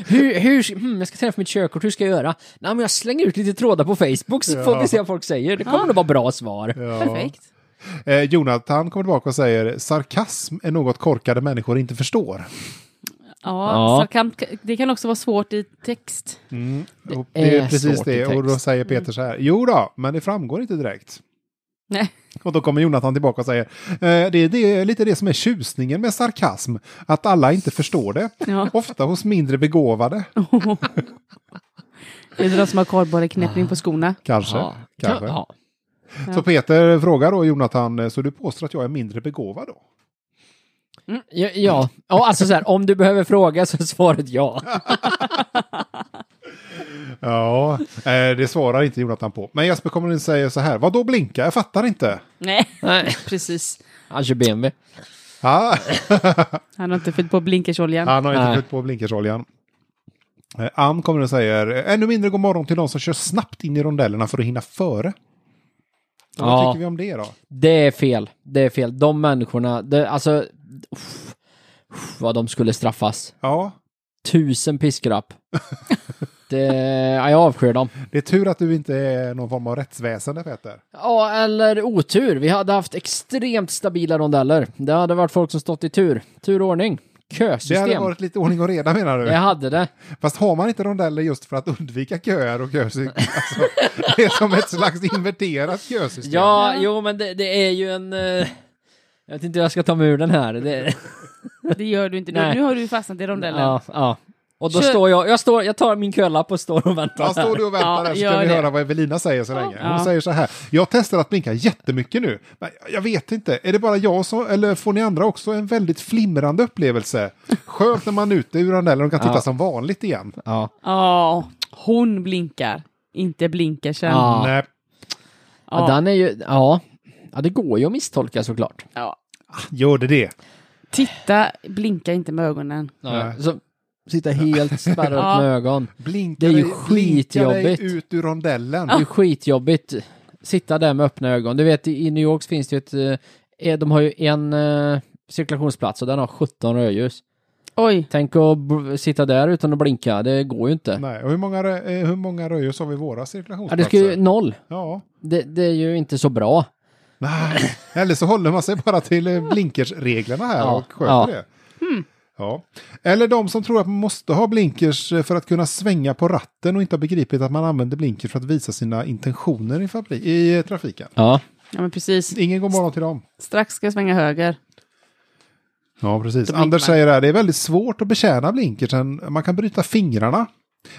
[SPEAKER 1] hur, hur, hmm, jag ska träffa mitt körkort, hur ska jag göra? Nej, men jag slänger ut lite trådar på Facebook så får vi se vad folk säger. Det kommer nog vara bra svar.
[SPEAKER 2] Perfekt.
[SPEAKER 3] Eh, Jonathan kommer tillbaka och säger sarkasm är något korkade människor inte förstår.
[SPEAKER 2] Ja,
[SPEAKER 1] Ja.
[SPEAKER 2] Så kan, det kan också vara svårt i text.
[SPEAKER 3] Och
[SPEAKER 1] Det
[SPEAKER 3] det
[SPEAKER 1] är
[SPEAKER 3] är precis
[SPEAKER 1] svårt i
[SPEAKER 3] det. Och då
[SPEAKER 1] text. Mm.
[SPEAKER 3] säger Peter så här. Jo då, men det framgår inte direkt.
[SPEAKER 2] Nej.
[SPEAKER 3] Och då kommer Jonathan tillbaka och säger. Eh, det, är- det är lite det som är tjusningen med sarkasm. Att alla inte förstår det.
[SPEAKER 2] Ja.
[SPEAKER 3] Ofta hos mindre begåvade.
[SPEAKER 2] Är det de som har kardborreknäppning på skorna?
[SPEAKER 3] Kanske.
[SPEAKER 1] Ja,
[SPEAKER 3] kanske.
[SPEAKER 1] Ja.
[SPEAKER 3] Så Peter frågar då Jonathan. eh, Så du påstår att jag är mindre begåvad då?
[SPEAKER 1] Ja, ja. ja, alltså så här, om du behöver fråga så är svaret ja.
[SPEAKER 3] Ja, eh, det svarar inte Jonathan på. Men Jesper kommer in och säger så här. Vad då blinka? Jag fattar inte.
[SPEAKER 2] Nej,
[SPEAKER 1] Nej,
[SPEAKER 2] precis.
[SPEAKER 1] han kör BMW.
[SPEAKER 3] Ah.
[SPEAKER 2] Han har inte fyllt på blinkersoljan.
[SPEAKER 3] Han har inte
[SPEAKER 1] Nej.
[SPEAKER 3] fyllt på blinkersoljan. Eh, Ann kommer och säger eh, ännu mindre god morgon till de som kör snabbt in i rondellerna för att hinna före. Ja. Vad
[SPEAKER 1] Ja.
[SPEAKER 3] tycker vi om det då?
[SPEAKER 1] Det är fel. Det är fel. De människorna, det, alltså... Uff, uff, vad de skulle straffas.
[SPEAKER 3] Ja,
[SPEAKER 1] Tusen piskrapp. det, ja, jag avskyr dem.
[SPEAKER 3] det är tur att du inte är någon form av rättsväsende Peter.
[SPEAKER 1] Ja, eller otur. Vi hade haft extremt stabila rondeller. Det hade varit folk som stått i tur. Turordning.
[SPEAKER 3] Det
[SPEAKER 1] Kösystem.
[SPEAKER 3] hade varit lite ordning och reda menar du?
[SPEAKER 1] Jag hade det.
[SPEAKER 3] Fast har man inte rondeller just för att undvika köer och kösystem? Alltså, det är som ett slags inverterat kösystem.
[SPEAKER 1] Ja, jo, men det, det är ju en... eh, Jag vet inte hur jag ska ta mig ur den här. Det,
[SPEAKER 2] Det gör du inte. Nu,
[SPEAKER 1] Nej.
[SPEAKER 2] nu har du fastnat i rondellen.
[SPEAKER 1] ja, ja. Och då
[SPEAKER 2] Kör.
[SPEAKER 1] står jag, jag, står, jag tar min kölapp och står och väntar.
[SPEAKER 3] Ja, står du och väntar
[SPEAKER 2] Ja,
[SPEAKER 3] där så
[SPEAKER 2] gör
[SPEAKER 3] kan vi
[SPEAKER 2] det.
[SPEAKER 3] höra vad Evelina säger så länge. Hon
[SPEAKER 2] Ja.
[SPEAKER 3] säger så här. Jag testar att blinka jättemycket nu. Men jag vet inte. Är det bara jag som, eller får ni andra också en väldigt flimrande upplevelse? Skönt när man är ute ur rondellen och kan titta
[SPEAKER 1] Ja.
[SPEAKER 3] som vanligt igen.
[SPEAKER 1] Ja.
[SPEAKER 2] Ja, hon blinkar. Inte blinkar sen.
[SPEAKER 1] Ja.
[SPEAKER 3] Nej.
[SPEAKER 1] Ja.
[SPEAKER 2] Ja.
[SPEAKER 1] den är ju, ja. ja, det går ju att misstolka såklart.
[SPEAKER 2] Ja.
[SPEAKER 3] Gör det det?
[SPEAKER 2] Titta, blinka inte med ögonen.
[SPEAKER 3] Nej.
[SPEAKER 1] Så, sitta helt spärrad
[SPEAKER 2] Ja.
[SPEAKER 1] med ögon.
[SPEAKER 3] Blinka
[SPEAKER 1] Det är ju
[SPEAKER 3] dig- blinka dig
[SPEAKER 1] skitjobbigt.
[SPEAKER 3] ut ur rondellen.
[SPEAKER 1] Det är ju skitjobbigt. Sitta där med öppna ögon. Du vet, i i New York finns det ju ett, eh, eh, de har ju en eh, cirkulationsplats och den har 17 rödljus.
[SPEAKER 2] Oj,
[SPEAKER 1] Tänk att br- sitta där utan att blinka, det går ju inte.
[SPEAKER 3] Nej. Och hur många, rö- eh, hur många rödljus har vi i våra
[SPEAKER 1] Ja, det
[SPEAKER 3] cirkulationsplatser?
[SPEAKER 1] ska ju noll.
[SPEAKER 3] Ja.
[SPEAKER 1] Det, det är ju inte så bra.
[SPEAKER 3] Nej. Eller så håller man sig bara till eh, blinkersreglerna här
[SPEAKER 1] Ja.
[SPEAKER 3] och sköter
[SPEAKER 1] Ja.
[SPEAKER 3] det. Ja. Eller de som tror att man måste ha blinkers eh, för att kunna svänga på ratten och inte har begripit att man använder blinkers för att visa sina intentioner i, fabri- i eh, trafiken.
[SPEAKER 1] Ja.
[SPEAKER 2] ja, men precis.
[SPEAKER 3] Ingen god morgon till dem.
[SPEAKER 2] Strax ska jag svänga höger.
[SPEAKER 3] Ja, precis.
[SPEAKER 2] Då blinkar
[SPEAKER 3] Anders
[SPEAKER 2] man.
[SPEAKER 3] säger här, det är väldigt svårt att betjäna blinkersen. Man kan bryta fingrarna.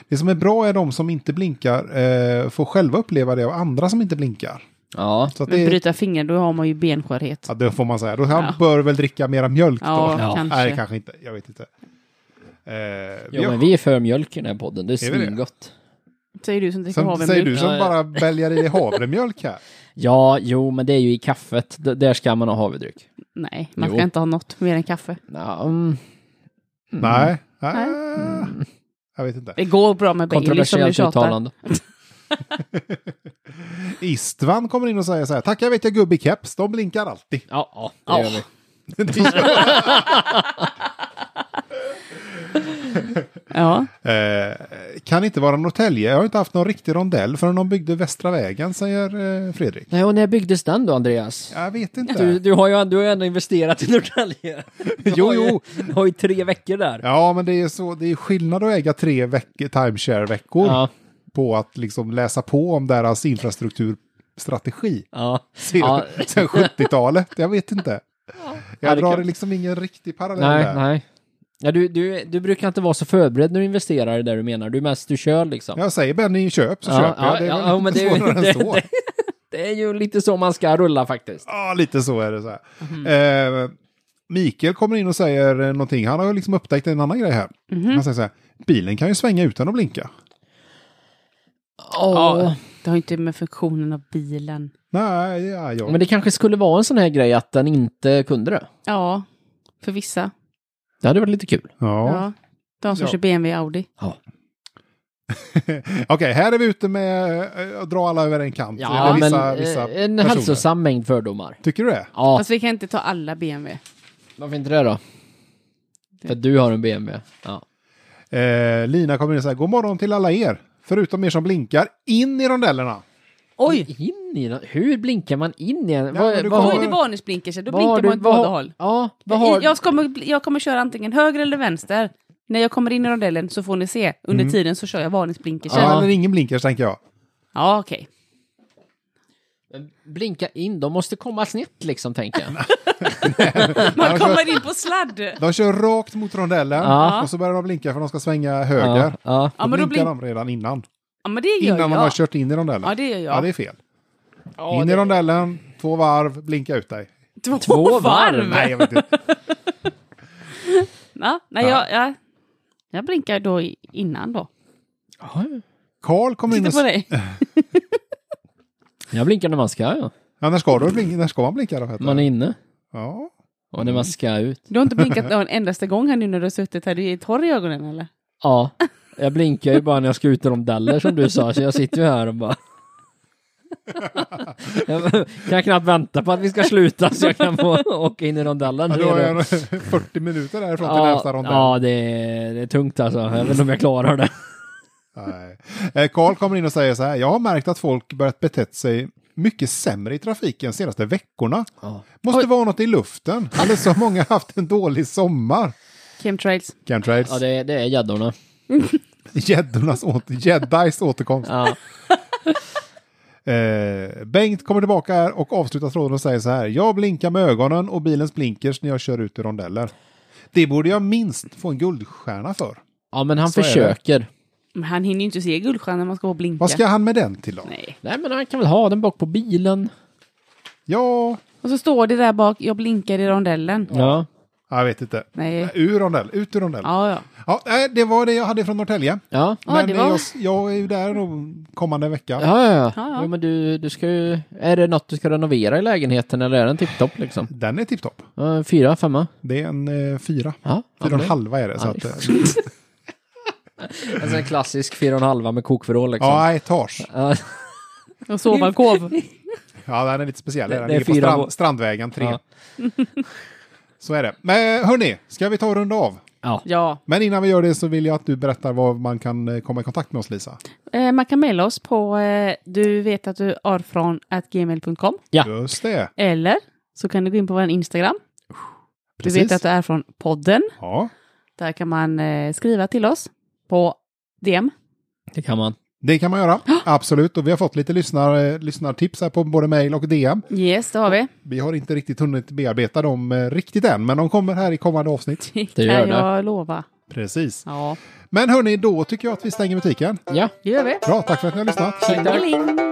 [SPEAKER 3] Det som är bra är de som inte blinkar eh, får själva uppleva det av andra som inte blinkar.
[SPEAKER 1] Ja.
[SPEAKER 3] Så att
[SPEAKER 2] Men
[SPEAKER 3] det,
[SPEAKER 2] bryta finger, då har man ju benskörhet.
[SPEAKER 3] ja, det får man säga. Då han bör väl dricka mera mjölk
[SPEAKER 2] Ja,
[SPEAKER 3] då.
[SPEAKER 1] Ja.
[SPEAKER 2] kanske.
[SPEAKER 3] Nej, kanske inte. Jag vet inte. Eh, vi
[SPEAKER 1] Jo,
[SPEAKER 3] har-
[SPEAKER 1] men vi är för mjölk i den här podden, det är
[SPEAKER 3] Är vi det?
[SPEAKER 1] svingott.
[SPEAKER 2] Säger du som dricker
[SPEAKER 3] Som, säger du
[SPEAKER 2] havremjölk.
[SPEAKER 3] som
[SPEAKER 1] Ja, ja.
[SPEAKER 3] bara väljer i havremjölk här.
[SPEAKER 1] Ja, jo, men det är ju i kaffet. D- där ska man ha havredryck.
[SPEAKER 2] Nej, man
[SPEAKER 1] Jo.
[SPEAKER 2] ska inte ha något mer än kaffe.
[SPEAKER 1] Ja, mm.
[SPEAKER 3] Nej. Ah, Jag vet inte.
[SPEAKER 2] Det går bra med
[SPEAKER 1] liksom
[SPEAKER 2] Bailey som du
[SPEAKER 1] Kontroversiellt
[SPEAKER 2] tjatar.
[SPEAKER 1] uttalande.
[SPEAKER 3] Istvan kommer in och säger så här. Tackar vet jag gubb i keps. De blinkar alltid.
[SPEAKER 1] Ja, ja,
[SPEAKER 2] Ja.
[SPEAKER 1] det gör vi.
[SPEAKER 2] Ja.
[SPEAKER 3] Eh, kan inte vara Norrtälje. Jag har inte haft någon riktig rondell förrän de byggde Västra vägen, säger eh, Fredrik.
[SPEAKER 1] Nej, och när byggdes den då, Andreas?
[SPEAKER 3] Jag vet
[SPEAKER 1] Du,
[SPEAKER 3] inte.
[SPEAKER 1] du har ju ändå, du har ändå investerat i Norrtälje. Du
[SPEAKER 3] Jo,
[SPEAKER 1] har ju-
[SPEAKER 3] jo.
[SPEAKER 1] Du har ju tre veckor där.
[SPEAKER 3] Ja, men det är så. Det är skillnad att äga tre veck- timeshare-veckor
[SPEAKER 1] Ja.
[SPEAKER 3] på att liksom läsa på om deras infrastruktur strategi
[SPEAKER 1] Ja.
[SPEAKER 3] sedan,
[SPEAKER 1] Ja.
[SPEAKER 3] sedan 70-talet. Jag vet inte.
[SPEAKER 1] Ja,
[SPEAKER 3] Jag
[SPEAKER 1] det
[SPEAKER 3] drar
[SPEAKER 1] kan-
[SPEAKER 3] liksom ingen riktig parallell
[SPEAKER 1] Nej,
[SPEAKER 3] där.
[SPEAKER 1] nej. Ja, du, du, du brukar inte vara så förberedd när du investerar i det du menar. Du är mest, du kör liksom.
[SPEAKER 3] Jag säger Benny, köp så
[SPEAKER 1] Ja,
[SPEAKER 3] köper
[SPEAKER 1] ja,
[SPEAKER 3] jag. Det är
[SPEAKER 1] ja,
[SPEAKER 3] väl
[SPEAKER 1] ja,
[SPEAKER 3] inte
[SPEAKER 1] men det är ju-
[SPEAKER 3] svårare
[SPEAKER 1] det-
[SPEAKER 3] än så.
[SPEAKER 1] det- Det är ju lite så man ska rulla faktiskt.
[SPEAKER 3] Ja, lite så är det. Så här. Eh, Mikael kommer in och säger eh, någonting. Han har ju liksom upptäckt en annan grej här. Han säger så här, bilen kan ju svänga utan att blinka.
[SPEAKER 2] Ja, det har inte med funktionen av bilen.
[SPEAKER 3] Nej, ja, jag...
[SPEAKER 1] Men det kanske skulle vara en sån här grej att den inte kunde det.
[SPEAKER 2] Ja, för vissa.
[SPEAKER 1] Det hade varit lite kul.
[SPEAKER 3] ja.
[SPEAKER 2] Ja. De som
[SPEAKER 3] Ja.
[SPEAKER 2] kör BMW och Audi.
[SPEAKER 3] Okej, här är vi ute med eh, att dra alla över en kant. Eller vissa,
[SPEAKER 1] men
[SPEAKER 3] vissa
[SPEAKER 1] eh, en
[SPEAKER 3] personer.
[SPEAKER 1] hälsosam mängd fördomar.
[SPEAKER 3] Tycker du det?
[SPEAKER 1] Ja,
[SPEAKER 2] Fast vi kan inte ta alla BMW.
[SPEAKER 1] varför inte det då? För att du har en BMW. Ja.
[SPEAKER 3] Eh, Lina kommer in och säger, god morgon till alla er. Förutom er som blinkar, in i rondellerna.
[SPEAKER 2] Oj!
[SPEAKER 1] In i den? Hur blinkar man in i den?
[SPEAKER 3] Ja, men du
[SPEAKER 2] Då
[SPEAKER 3] kommer-
[SPEAKER 1] har-
[SPEAKER 2] är det varningsblinkersar, då
[SPEAKER 1] vad har
[SPEAKER 2] blinkar man
[SPEAKER 1] du-
[SPEAKER 2] åt
[SPEAKER 1] vad
[SPEAKER 2] båda
[SPEAKER 1] har-
[SPEAKER 2] håll.
[SPEAKER 1] Ja, vad har...
[SPEAKER 2] Jag, kommer, jag kommer köra antingen höger eller vänster. När jag kommer in i rondellen så får ni se. Under tiden så kör jag varningsblinkersar.
[SPEAKER 3] Ja.
[SPEAKER 2] Ja,
[SPEAKER 3] Eller ingen blinkers, tänker jag.
[SPEAKER 2] okej.
[SPEAKER 1] Blinka in, de måste komma snett liksom, tänker jag.
[SPEAKER 2] Man kommer in på sladd.
[SPEAKER 3] De kör rakt mot rondellen
[SPEAKER 1] Ja.
[SPEAKER 3] och så börjar de blinka för de ska svänga höger.
[SPEAKER 1] ja.
[SPEAKER 2] Ja,
[SPEAKER 3] Då
[SPEAKER 2] men då
[SPEAKER 3] blinkar
[SPEAKER 2] blink...
[SPEAKER 3] de redan innan.
[SPEAKER 2] ja, men det gör
[SPEAKER 3] Innan
[SPEAKER 2] jag.
[SPEAKER 3] man har kört in i rondellen.
[SPEAKER 2] Ja, det gör jag.
[SPEAKER 3] Ja, det är fel.
[SPEAKER 1] Ja,
[SPEAKER 3] in i rondellen, två varv, blinka ut dig.
[SPEAKER 2] Två,
[SPEAKER 1] Två varv.
[SPEAKER 3] Nej, jag vet inte.
[SPEAKER 2] Ja, nej, jag, jag, jag blinkar då i- innan då.
[SPEAKER 3] Karl kommer in
[SPEAKER 2] Titta
[SPEAKER 3] och...
[SPEAKER 2] på dig.
[SPEAKER 1] Jag blinkar när man ska, ja.
[SPEAKER 3] Ja, när ska, du blinka? när ska man blinka då? Peter?
[SPEAKER 1] Man är inne.
[SPEAKER 3] Ja.
[SPEAKER 1] Och när man ska ut.
[SPEAKER 2] Du har inte blinkat en endaste gång här nu när du har suttit här. Du är torr i ögonen eller?
[SPEAKER 1] Ja. Jag blinkar ju bara när jag ska ut i rondeller som du sa, så jag sitter ju här och bara... Jag kan knappt vänta på att vi ska sluta så jag kan få åka in i rondellen.
[SPEAKER 3] Ja, då är jag 40 minuter därifrån till nästa rondell.
[SPEAKER 1] ja det, är, det är tungt alltså. Jag vet inte om jag klarar det.
[SPEAKER 3] Nej. Eh, Karl kommer in och säger så här. Jag har märkt att folk börjat betett sig mycket sämre i trafiken senaste veckorna. Måste vara något i luften. Eller så har många haft en dålig sommar.
[SPEAKER 2] Chemtrails.
[SPEAKER 3] Chemtrails.
[SPEAKER 1] Ja, det, det är gäddorna.
[SPEAKER 3] Gäddornas åter... Jedis återkomst.
[SPEAKER 1] Ja.
[SPEAKER 3] Eh, Bengt kommer tillbaka här och avslutar tråden och säger så här. Jag blinkar med ögonen och bilens blinkers när jag kör ut i rondeller. Det borde jag minst få en guldstjärna för.
[SPEAKER 1] ja, men han
[SPEAKER 3] Så är det.
[SPEAKER 1] försöker.
[SPEAKER 2] Men han hinner ju inte se guldstjärnan när man ska gå och blinka.
[SPEAKER 3] Vad ska han med den till då?
[SPEAKER 2] Nej.
[SPEAKER 1] Nej, men han kan väl ha den bak på bilen.
[SPEAKER 3] Ja,
[SPEAKER 2] Och så står det där bak, jag blinkar i rondellen.
[SPEAKER 1] Ja.
[SPEAKER 3] jag vet inte.
[SPEAKER 2] Nej.
[SPEAKER 3] Ur rondell, ut ur rondell.
[SPEAKER 2] Ja, ja.
[SPEAKER 3] Ja, nej, det var det jag hade från Norrtälje.
[SPEAKER 1] Ja.
[SPEAKER 2] Ja,
[SPEAKER 3] men eh,
[SPEAKER 2] det var-
[SPEAKER 3] jag, jag är ju där nog kommande vecka.
[SPEAKER 1] Ja, ja, ja.
[SPEAKER 2] Ja,
[SPEAKER 1] Jo,
[SPEAKER 2] ja.
[SPEAKER 1] men du, du ska ju... Är det något du ska renovera i lägenheten eller är den tipptopp liksom?
[SPEAKER 3] Den är tipptopp.
[SPEAKER 1] Ja, Fyra, femma?
[SPEAKER 3] Det är en eh, fyra.
[SPEAKER 1] Ja.
[SPEAKER 3] Fyra och en
[SPEAKER 1] det-
[SPEAKER 3] halva är det. Så
[SPEAKER 1] Ja,
[SPEAKER 3] att,
[SPEAKER 1] det-
[SPEAKER 3] eh,
[SPEAKER 1] Alltså en klassisk fyra och en halva med kokvrål liksom.
[SPEAKER 3] ja, etage.
[SPEAKER 1] Ja.
[SPEAKER 2] Och sovalkov.
[SPEAKER 3] Ja, den är lite speciell.
[SPEAKER 1] Det-
[SPEAKER 3] Den
[SPEAKER 1] det är
[SPEAKER 3] ligger på
[SPEAKER 1] fyra vå-
[SPEAKER 3] strand, Strandvägen 3.
[SPEAKER 1] Ja.
[SPEAKER 3] Så är det. Men eh, hörni, ska vi ta och runda av?
[SPEAKER 1] ja.
[SPEAKER 2] Ja.
[SPEAKER 3] Men innan vi gör det så vill jag att du berättar var man kan eh, komma i kontakt med oss, Lisa.
[SPEAKER 2] Eh, man kan mejla oss på eh, du vet att du arfrån gmail.com
[SPEAKER 1] Ja.
[SPEAKER 3] Just det.
[SPEAKER 2] eller så kan du gå in på vår Instagram. Du
[SPEAKER 3] Precis.
[SPEAKER 2] vet att du är från podden.
[SPEAKER 3] Ja,
[SPEAKER 2] Där kan man eh, skriva till oss på DM.
[SPEAKER 1] Det kan man.
[SPEAKER 3] det kan man göra. Absolut. Och vi har fått lite lyssnar, eh, lyssnartips här på både mail och DM.
[SPEAKER 2] Yes, det har vi.
[SPEAKER 3] Vi har inte riktigt hunnit bearbeta dem eh, riktigt än, men de kommer här i kommande avsnitt.
[SPEAKER 2] Det
[SPEAKER 1] Det
[SPEAKER 2] kan
[SPEAKER 1] gör det.
[SPEAKER 2] jag lova.
[SPEAKER 3] Precis.
[SPEAKER 2] Ja,
[SPEAKER 3] Men hörni, då tycker jag att vi stänger butiken.
[SPEAKER 1] Ja.
[SPEAKER 2] det gör vi.
[SPEAKER 3] Bra, tack för att ni har lyssnat.
[SPEAKER 1] Tack, tack.
[SPEAKER 2] Tjingeling!